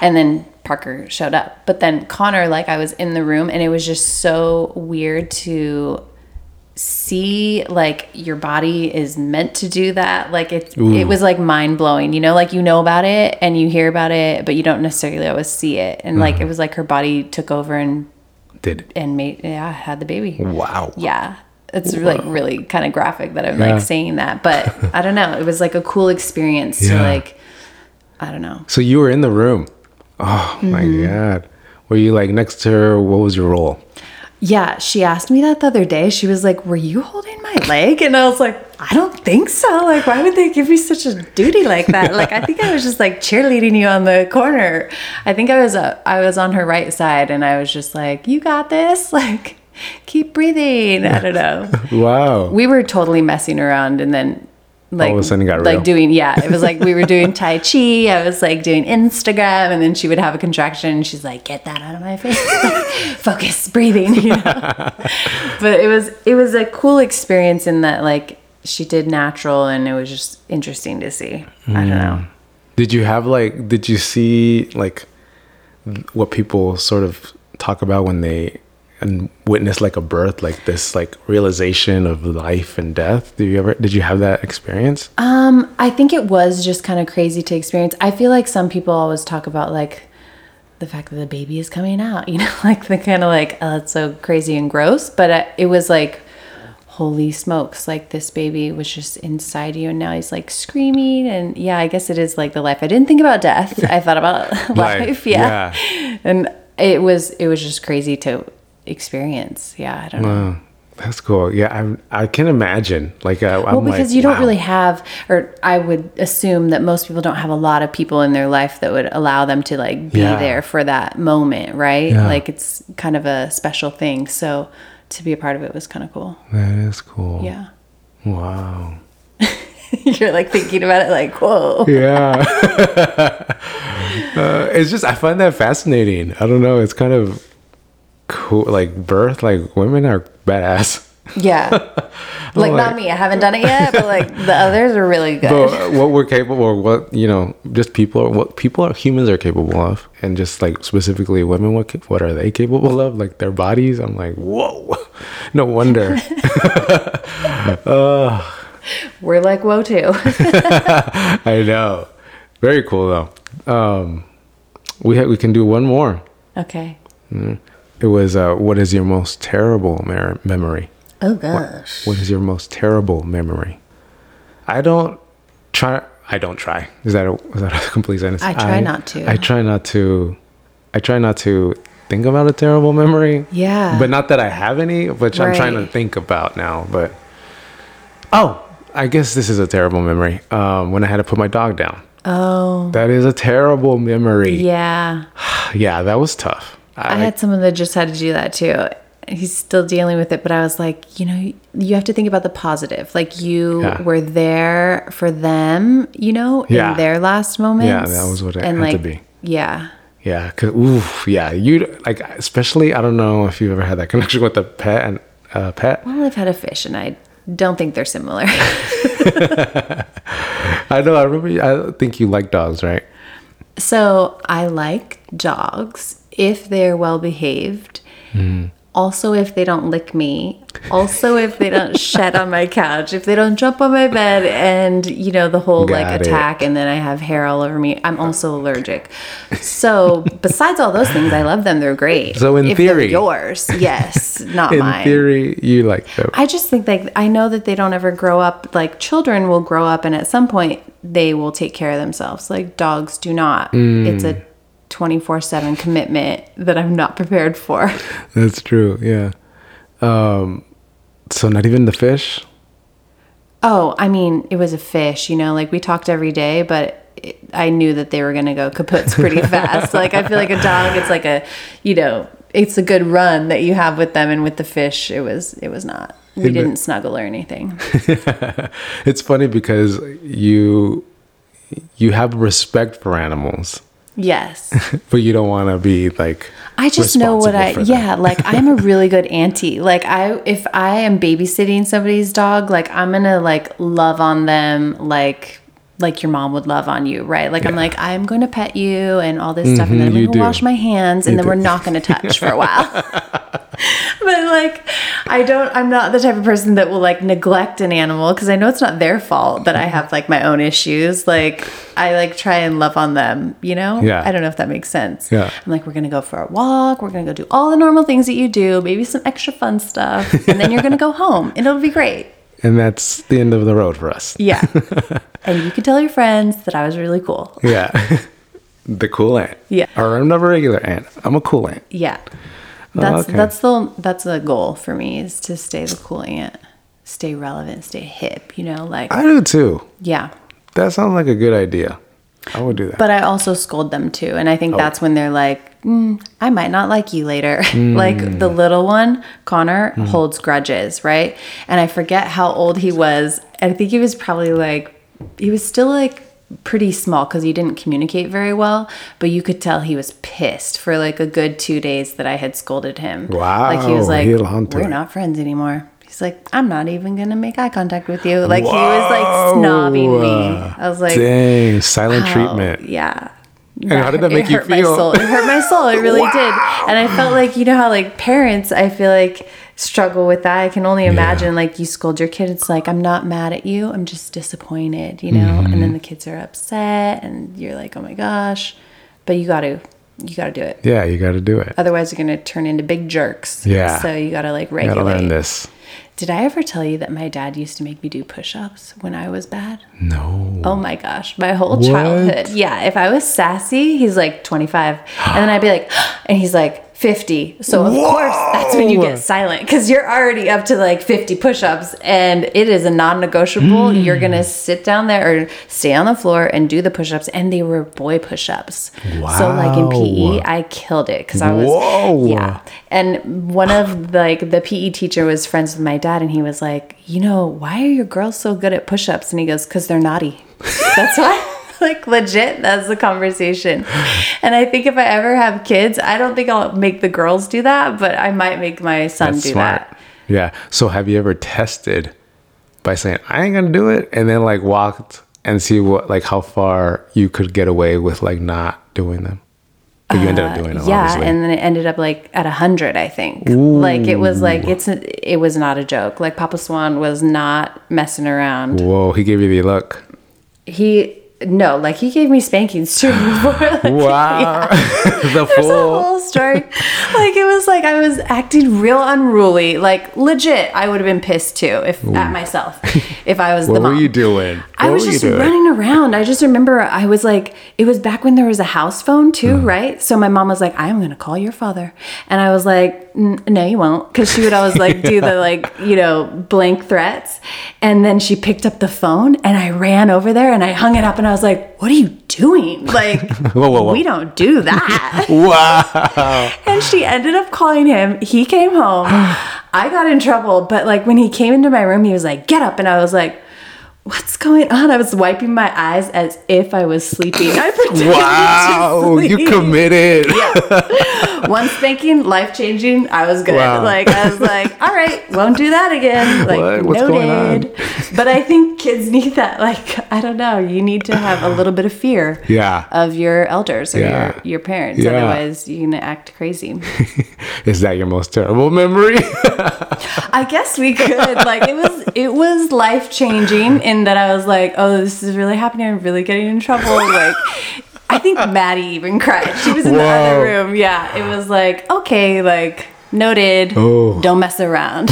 Speaker 1: And then Parker showed up. But then Connor, like I was in the room and it was just so weird to see like your body is meant to do that like it it was like mind blowing you know like you know about it and you hear about it but you don't necessarily always see it and like it was like her body took over and
Speaker 2: did it
Speaker 1: and made yeah had the baby
Speaker 2: wow
Speaker 1: yeah it's like really kind of graphic that I'm
Speaker 2: Yeah.
Speaker 1: like saying that but I don't know it was like a cool experience to
Speaker 2: Yeah.
Speaker 1: like I don't know
Speaker 2: So you were in the room. Oh
Speaker 1: Mm-hmm.
Speaker 2: my god. Were you like next to her? What was your role?
Speaker 1: Yeah, she asked me that the other day. She was like, "Were you holding my leg?" And I was like, "I don't think so. Like, why would they give me such a duty like that? Like, I think I was just like cheerleading you on the corner. I think I was uh, I was on her right side, and I was just like, "You got this. Like, keep breathing." I don't know.
Speaker 2: Wow.
Speaker 1: We were totally messing around, and then like
Speaker 2: Oh. of a sudden it got
Speaker 1: like
Speaker 2: real.
Speaker 1: doing yeah, it was like we were doing tai chi. I was like doing Instagram, and then she would have a contraction, and she's like, "Get that out of my face! Focus, breathing." You know? but it was it was a cool experience in that like she did natural, and it was just interesting to see. I
Speaker 2: Mm.
Speaker 1: don't know.
Speaker 2: Did you have like did you see like what people sort of talk about when they and witness like a birth, like this like realization of life and death? Did you ever did you have that experience?
Speaker 1: Um, I think it was just kind of crazy to experience. I feel like some people always talk about like the fact that the baby is coming out, you know, like the kind of like, oh, it's so crazy and gross. But uh, it was like, holy smokes, like this baby was just inside you and now he's like screaming. And yeah, I guess it is like the life. I didn't think about death. I thought about life. Yeah. And it was, it was just crazy to experience. Yeah. I don't know.
Speaker 2: Wow. That's cool. Yeah, I I can imagine. Like I,
Speaker 1: Well,
Speaker 2: I'm
Speaker 1: because
Speaker 2: like,
Speaker 1: you don't
Speaker 2: wow.
Speaker 1: really have, or I would assume that most people don't have a lot of people in their life that would allow them to like be
Speaker 2: Yeah.
Speaker 1: there for that moment, right?
Speaker 2: Yeah.
Speaker 1: Like it's kind of a special thing. So to be a part of it was kind of cool.
Speaker 2: That is cool.
Speaker 1: Yeah.
Speaker 2: Wow.
Speaker 1: You're like thinking about it like, whoa.
Speaker 2: yeah Uh, it's just i find that fascinating i don't know it's kind of cool like birth like women are badass
Speaker 1: Yeah. like,
Speaker 2: like-
Speaker 1: not me. I haven't done it yet, but like the others are really good.
Speaker 2: but uh, what we're capable or what you know just people are what people are humans are capable of and just like specifically women what ca- what are they capable of like their bodies i'm like whoa no wonder
Speaker 1: We're like, whoa, too.
Speaker 2: i know very cool though um we ha- we can do one more
Speaker 1: okay.
Speaker 2: it was uh what is your most terrible mer- memory
Speaker 1: Oh gosh.
Speaker 2: What is your most terrible memory? I don't try. I don't try. Is that a, is that a complete sentence?
Speaker 1: I try not to.
Speaker 2: I try not to. I try not to think about a terrible memory.
Speaker 1: Yeah.
Speaker 2: But not that I have any, which I'm trying to
Speaker 1: Right.
Speaker 2: think about now. But oh, I guess this is a terrible memory. Um, when I had to put my dog down.
Speaker 1: Oh.
Speaker 2: That is a terrible memory.
Speaker 1: Yeah.
Speaker 2: Yeah, that was tough.
Speaker 1: I had someone that just had to do that too. He's still dealing with it, but I was like, you know, you have to think about the positive. Like you
Speaker 2: Yeah.
Speaker 1: were there for them, you know,
Speaker 2: Yeah.
Speaker 1: in their last moments.
Speaker 2: that was what it had to be.
Speaker 1: Yeah.
Speaker 2: Yeah, cause oof, yeah, you like especially. I don't know if you've ever had that connection with a pet and a pet.
Speaker 1: Well, I've had a fish, and I don't think they're similar.
Speaker 2: I know. I remember. I think you like dogs, right?
Speaker 1: so I like dogs if they're well behaved.
Speaker 2: Hmm.
Speaker 1: Also, if they don't lick me, also if they don't shed on my couch, if they don't jump on my bed, and you know the whole
Speaker 2: Got
Speaker 1: like
Speaker 2: it.
Speaker 1: attack, and then I have hair all over me. I'm also allergic. So besides all those things, I love them. They're great.
Speaker 2: So in
Speaker 1: If they're
Speaker 2: theory-
Speaker 1: yours, yes, not
Speaker 2: In
Speaker 1: mine.
Speaker 2: theory, you like them.
Speaker 1: I just think like I know that they don't ever grow up. Like children will grow up, and at some point they will take care of themselves. Like dogs do not. It's a twenty four seven commitment that I'm not prepared for.
Speaker 2: That's true. Yeah. Um. So not even the fish.
Speaker 1: Oh, I mean, it was a fish. You know, like we talked every day, but. It, I knew that they were going to go kaputs pretty fast. like I feel like a dog, it's like a, you know, it's a good run that you have with them, and with the fish, it was it was not. We
Speaker 2: Isn't it-
Speaker 1: didn't snuggle or anything.
Speaker 2: It's funny because you you have respect for animals,
Speaker 1: Yes.
Speaker 2: but you don't want to be like.
Speaker 1: I just know what
Speaker 2: responsible
Speaker 1: I
Speaker 2: for them.
Speaker 1: yeah, like I'm a really good auntie. Like I if I am babysitting somebody's dog, like I'm going to like love on them like like your mom would love on you, right? Like I'm like I'm going to pet you and all this stuff and then I'm
Speaker 2: Mm-hmm, you
Speaker 1: going to
Speaker 2: do.
Speaker 1: wash my hands and
Speaker 2: You
Speaker 1: then
Speaker 2: do.
Speaker 1: we're not going to touch for a while. but like I don't I'm not the type of person that will like neglect an animal cuz I know it's not their fault that I have like my own issues. Like I like try and love on them, you know?
Speaker 2: Yeah.
Speaker 1: I don't know if that makes sense.
Speaker 2: Yeah.
Speaker 1: I'm like, we're gonna go for a walk. We're gonna go do all the normal things that you do. Maybe some extra fun stuff, and then you're gonna go home, and it'll be great.
Speaker 2: And that's the end of the road for us.
Speaker 1: Yeah. and you can tell your friends that I was really cool.
Speaker 2: Yeah. the cool aunt.
Speaker 1: Yeah.
Speaker 2: Or I'm not a regular aunt. I'm a cool aunt.
Speaker 1: Yeah. That's
Speaker 2: Oh, okay.
Speaker 1: that's the that's the goal for me is to stay the cool aunt, stay relevant, stay hip. You know, like
Speaker 2: I do too.
Speaker 1: yeah.
Speaker 2: That sounds like a good idea. I would do that.
Speaker 1: But I also scold them too, and I
Speaker 2: Oh.
Speaker 1: think that's when they're like, mm, "I might not like you later." like
Speaker 2: Hmm.
Speaker 1: the little one, Connor, holds grudges, right? And I forget how old he was. I think he was probably like, he was still like pretty small because he didn't communicate very well. But you could tell he was pissed for like a good two days that I had scolded him. like he was
Speaker 2: Wow,
Speaker 1: like,
Speaker 2: he'll hunt
Speaker 1: "We're
Speaker 2: it."
Speaker 1: not friends anymore." He's like, "I'm not even gonna make eye contact with you." Like he was
Speaker 2: Whoa.
Speaker 1: like snobbing me. I was like,
Speaker 2: dang, silent
Speaker 1: Wow.
Speaker 2: treatment.
Speaker 1: Oh, Yeah.
Speaker 2: how did that make
Speaker 1: it
Speaker 2: you
Speaker 1: hurt My
Speaker 2: feel?
Speaker 1: soul. It hurt my soul. It really did. And I felt like you know how like parents, I feel like struggle with that. I can only imagine like you scold your kid. It's like I'm not mad at you. I'm just disappointed. You know.
Speaker 2: Mm-hmm.
Speaker 1: And then the kids are upset, and you're like, oh my gosh. But you got to, you got to do it.
Speaker 2: Yeah, you got to do it.
Speaker 1: Otherwise, you're gonna turn into big jerks.
Speaker 2: Yeah.
Speaker 1: So you got to like
Speaker 2: You got to
Speaker 1: regulate.
Speaker 2: learn this.
Speaker 1: Did I ever tell you that my dad used to make me do push-ups when I was bad?
Speaker 2: No.
Speaker 1: Oh my gosh, my whole childhood. Yeah, if I was sassy, he's like 25. And then I'd be like, and he's like 50. So of course, that's when you
Speaker 2: Whoa.
Speaker 1: get silent because you're already up to like 50 push ups and it is a non negotiable.
Speaker 2: Mm.
Speaker 1: You're going to sit down there or stay on the floor and do the push ups. And they were boy push ups. So like in PE,
Speaker 2: Wow.
Speaker 1: I killed it because I was.
Speaker 2: Whoa.
Speaker 1: Yeah. And one of like the PE teacher was friends with my dad, and he was like, "You know, why are your girls so good at push-ups?" And he goes, "Cause they're naughty. That's why." like legit, that's the conversation. And I think if I ever have kids, I don't think I'll make the girls do that, but I might make my son
Speaker 2: That's
Speaker 1: do
Speaker 2: smart.
Speaker 1: that.
Speaker 2: Yeah. So have you ever tested by saying, I ain't going to do it? And then like walked and see what, like how far you could get away with like not doing them. But you ended up doing it.
Speaker 1: Uh, yeah,
Speaker 2: obviously.
Speaker 1: and then it ended up like at a hundred, I think. Like it was like it's a, it was not a joke. Like Papa Swan was not messing around.
Speaker 2: Whoa, he gave you the look.
Speaker 1: he no, like he gave me spankings too. Before. Like,
Speaker 2: Wow. the
Speaker 1: There's a
Speaker 2: fool.
Speaker 1: whole story. like it was like I was acting real unruly. Like legit, I would have been pissed too if at myself if I was the
Speaker 2: What
Speaker 1: mom.
Speaker 2: were you doing?
Speaker 1: I
Speaker 2: What
Speaker 1: was
Speaker 2: were
Speaker 1: just
Speaker 2: you doing?
Speaker 1: running around. I just remember I was like, it was back when there was a house phone too,
Speaker 2: Mm.
Speaker 1: right? So my mom was like, I am going to call your father. And I was like, "N- no, you won't. Cause she would always like do the like, you know, blank threats. And then she picked up the phone and I ran over there and I hung it up and I was like, what are you doing? Like,
Speaker 2: Whoa, whoa, whoa.
Speaker 1: we don't do that.
Speaker 2: Wow.
Speaker 1: And she ended up calling him. He came home. I got in trouble, but like when he came into my room, he was like, "Get up," and I was like, "What's going on?" I was wiping my eyes as if I was sleeping. I pretended to
Speaker 2: Wow. You
Speaker 1: sleep.
Speaker 2: committed.
Speaker 1: One spanking, life changing. I was good.
Speaker 2: Wow.
Speaker 1: Like I was like, "All right, won't do that again." Like
Speaker 2: What? What's going on?
Speaker 1: But I think kids need that. Like I don't know. You need to have a little bit of fear.
Speaker 2: Yeah.
Speaker 1: Of your elders or
Speaker 2: Yeah.
Speaker 1: your, your parents.
Speaker 2: Yeah.
Speaker 1: Otherwise, you're going to act crazy.
Speaker 2: Is that your most terrible memory?
Speaker 1: I guess we could. Like it was it was life changing in that I was like, oh, this is really happening. I'm really getting in trouble. Like I think Maddie even cried. She was in the
Speaker 2: Whoa.
Speaker 1: other room. Yeah. It was like, okay, like noted.
Speaker 2: Oh.
Speaker 1: Don't mess around.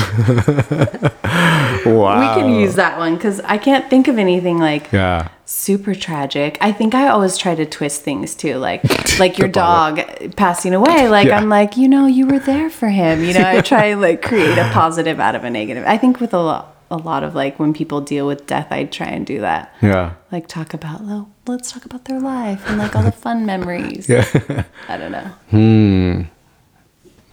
Speaker 2: wow.
Speaker 1: We can use that one because I can't think of anything like
Speaker 2: Yeah.
Speaker 1: super tragic. I think I always try to twist things too, like like your
Speaker 2: The bottle.
Speaker 1: dog passing away. Like
Speaker 2: Yeah.
Speaker 1: I'm like, you know, you were there for him. You know, I try to like create a positive out of a negative. I think with a lot, a lot of like when people deal with death, I try and do that.
Speaker 2: Yeah.
Speaker 1: Like talk about, oh, let's talk about their life and like all the fun memories.
Speaker 2: Yeah.
Speaker 1: I don't know.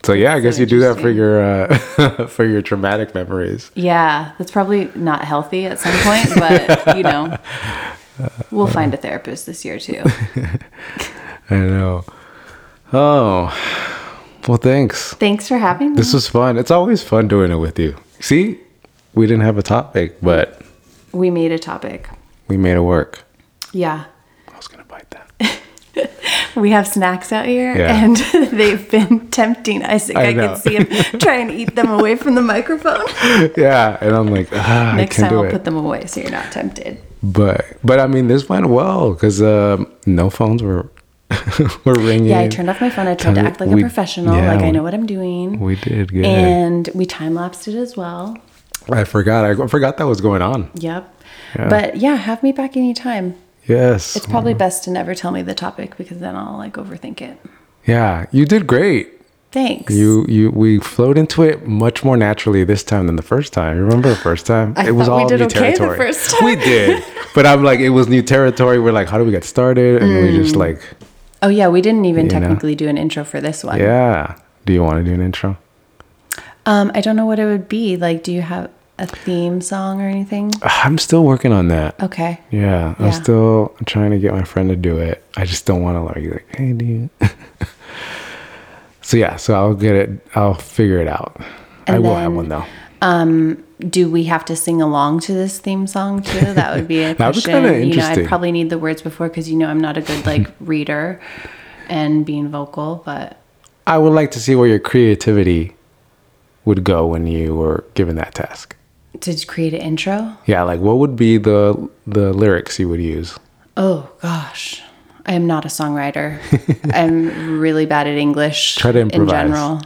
Speaker 2: So yeah, I guess
Speaker 1: so
Speaker 2: you do that for
Speaker 1: interesting.
Speaker 2: your uh, for your traumatic memories.
Speaker 1: Yeah, that's probably not healthy at some point, but you know, we'll find a therapist this year too.
Speaker 2: I know. Oh. Well, thanks.
Speaker 1: Thanks for having me.
Speaker 2: This was fun. It's always fun doing it with you. See? We didn't have a topic, but
Speaker 1: we made a topic.
Speaker 2: we made it work.
Speaker 1: Yeah.
Speaker 2: I was going to bite that.
Speaker 1: We have snacks out here,
Speaker 2: Yeah.
Speaker 1: and they've been tempting Isaac.
Speaker 2: I
Speaker 1: I,
Speaker 2: know.
Speaker 1: can see him try and eat them away from the microphone.
Speaker 2: yeah, and I'm like, ah,
Speaker 1: Next
Speaker 2: I
Speaker 1: time,
Speaker 2: can't do
Speaker 1: I'll
Speaker 2: it.
Speaker 1: put them away so you're not tempted.
Speaker 2: but but I mean, this went well because um, no phones were were ringing.
Speaker 1: Yeah, I turned off my phone. I tried to
Speaker 2: Tony,
Speaker 1: act like
Speaker 2: we-
Speaker 1: a professional,
Speaker 2: yeah,
Speaker 1: like I
Speaker 2: we-
Speaker 1: know what I'm doing.
Speaker 2: we did good.
Speaker 1: And we time lapsed it as well.
Speaker 2: I forgot. I forgot that was going on.
Speaker 1: Yep.
Speaker 2: Yeah.
Speaker 1: But yeah, have me back anytime.
Speaker 2: Yes.
Speaker 1: It's probably best to never tell me the topic because then I'll like overthink it.
Speaker 2: yeah, you did great.
Speaker 1: Thanks.
Speaker 2: You you we flowed into it much more naturally this time than the first time. Remember the first time?
Speaker 1: I
Speaker 2: it was
Speaker 1: thought we
Speaker 2: all
Speaker 1: did
Speaker 2: new
Speaker 1: okay the
Speaker 2: territory.
Speaker 1: first time.
Speaker 2: We did. But I'm like, it was new territory. We're like, how do we get started? And we just like,
Speaker 1: oh, yeah, we didn't even
Speaker 2: know.
Speaker 1: technically do an intro for this one.
Speaker 2: yeah. Do you want to do an intro?
Speaker 1: Um, I don't know what it would be. Like, do you have a theme song or anything?
Speaker 2: I'm still working on that.
Speaker 1: Okay.
Speaker 2: Yeah, I'm
Speaker 1: Yeah.
Speaker 2: still trying to get my friend to do it. I just don't want to like, be like, hey, dude. so yeah, so I'll get it. I'll figure it out. I
Speaker 1: And
Speaker 2: will have
Speaker 1: then
Speaker 2: one though.
Speaker 1: Do we have to sing along to this theme song too? That would be a
Speaker 2: That was
Speaker 1: question.
Speaker 2: kinda
Speaker 1: you know,
Speaker 2: interesting.
Speaker 1: I probably need the words before because you know I'm not a good like reader and being vocal, but
Speaker 2: I would like to see where your creativity would go when you were given that task.
Speaker 1: to create an intro.
Speaker 2: Yeah, like what would be the the lyrics you would use?
Speaker 1: Oh gosh. I am not a songwriter. I'm really bad at English
Speaker 2: Try to improvise.
Speaker 1: in general.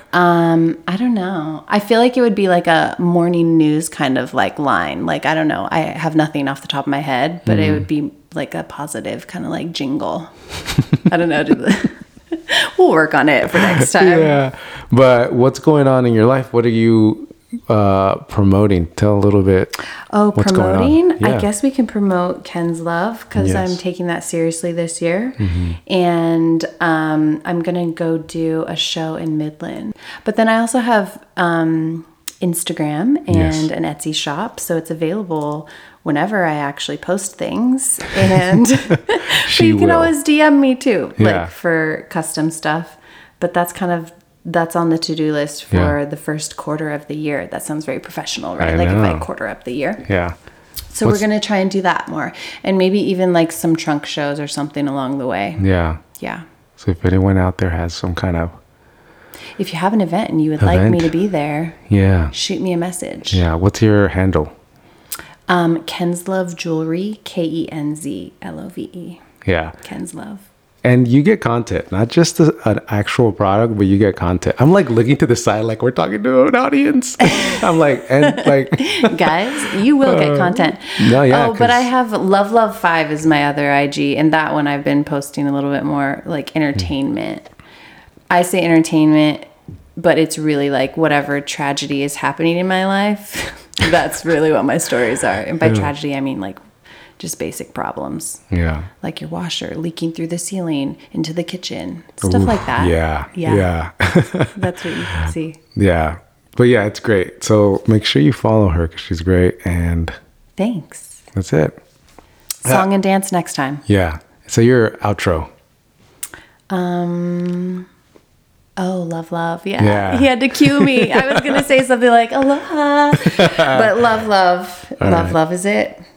Speaker 1: um, I don't know. I feel like it would be like a morning news kind of like line. Like I don't know. I have nothing off the top of my head, but
Speaker 2: Mm-hmm.
Speaker 1: it would be like a positive kind of like jingle. I don't know. Do the- we'll work on it for next time.
Speaker 2: Yeah, but what's going on in your life? What are you uh, promoting? Tell a little bit.
Speaker 1: Oh,
Speaker 2: what's going on.
Speaker 1: promoting?
Speaker 2: Yeah.
Speaker 1: I guess we can promote Ken's Love because
Speaker 2: Yes. Mm-hmm.
Speaker 1: I'm taking that seriously this year. And um, I'm going to go do a show in Midland. But then I also have um, Instagram and
Speaker 2: Yes.
Speaker 1: an Etsy shop. So it's available whenever I actually post things. And but
Speaker 2: She
Speaker 1: you can
Speaker 2: will.
Speaker 1: always DM me too,
Speaker 2: Yeah.
Speaker 1: like for custom stuff. But that's kind of. That's on the to-do list for
Speaker 2: Yeah.
Speaker 1: the first quarter of the year. That sounds very professional, right?
Speaker 2: I
Speaker 1: like if
Speaker 2: know.
Speaker 1: I quarter up the year.
Speaker 2: Yeah,
Speaker 1: So we're going to try and do that more and maybe even like some trunk shows or something along the way.
Speaker 2: yeah.
Speaker 1: Yeah.
Speaker 2: So if anyone out there has some kind of
Speaker 1: If you have an event and you would like me
Speaker 2: Event?
Speaker 1: to be there,
Speaker 2: yeah,
Speaker 1: shoot me a message.
Speaker 2: yeah, what's your handle?
Speaker 1: Um, Ken's Love Jewelry, K E N Z L O V E.
Speaker 2: Yeah.
Speaker 1: Ken's Love.
Speaker 2: And you get content, not just a, an actual product, but you get content. I'm like looking to the side, like we're talking to an audience. I'm like, and like,
Speaker 1: Guys, you will
Speaker 2: Uh,
Speaker 1: get content.
Speaker 2: no, yeah,
Speaker 1: Oh, but I
Speaker 2: 'cause-
Speaker 1: have Love Love 5 is my other IG, and that one I've been posting a little bit more like entertainment. I say entertainment, but it's really like whatever tragedy is happening in my life. That's really what my stories are. And by tragedy, I mean like just basic problems.
Speaker 2: yeah,
Speaker 1: like your washer leaking through the ceiling into the kitchen, stuff
Speaker 2: Oof,
Speaker 1: like that.
Speaker 2: yeah,
Speaker 1: Yeah.
Speaker 2: yeah.
Speaker 1: That's what you can see.
Speaker 2: Yeah. But yeah, it's great. So make sure you follow her because she's great. And
Speaker 1: Thanks.
Speaker 2: that's it. Uh,
Speaker 1: Song and dance next time.
Speaker 2: Yeah. So your outro.
Speaker 1: Oh, love, love. Yeah.
Speaker 2: Yeah.
Speaker 1: He had to cue me. I was going to say something like aloha, but love, love. love,
Speaker 2: right.
Speaker 1: love is it.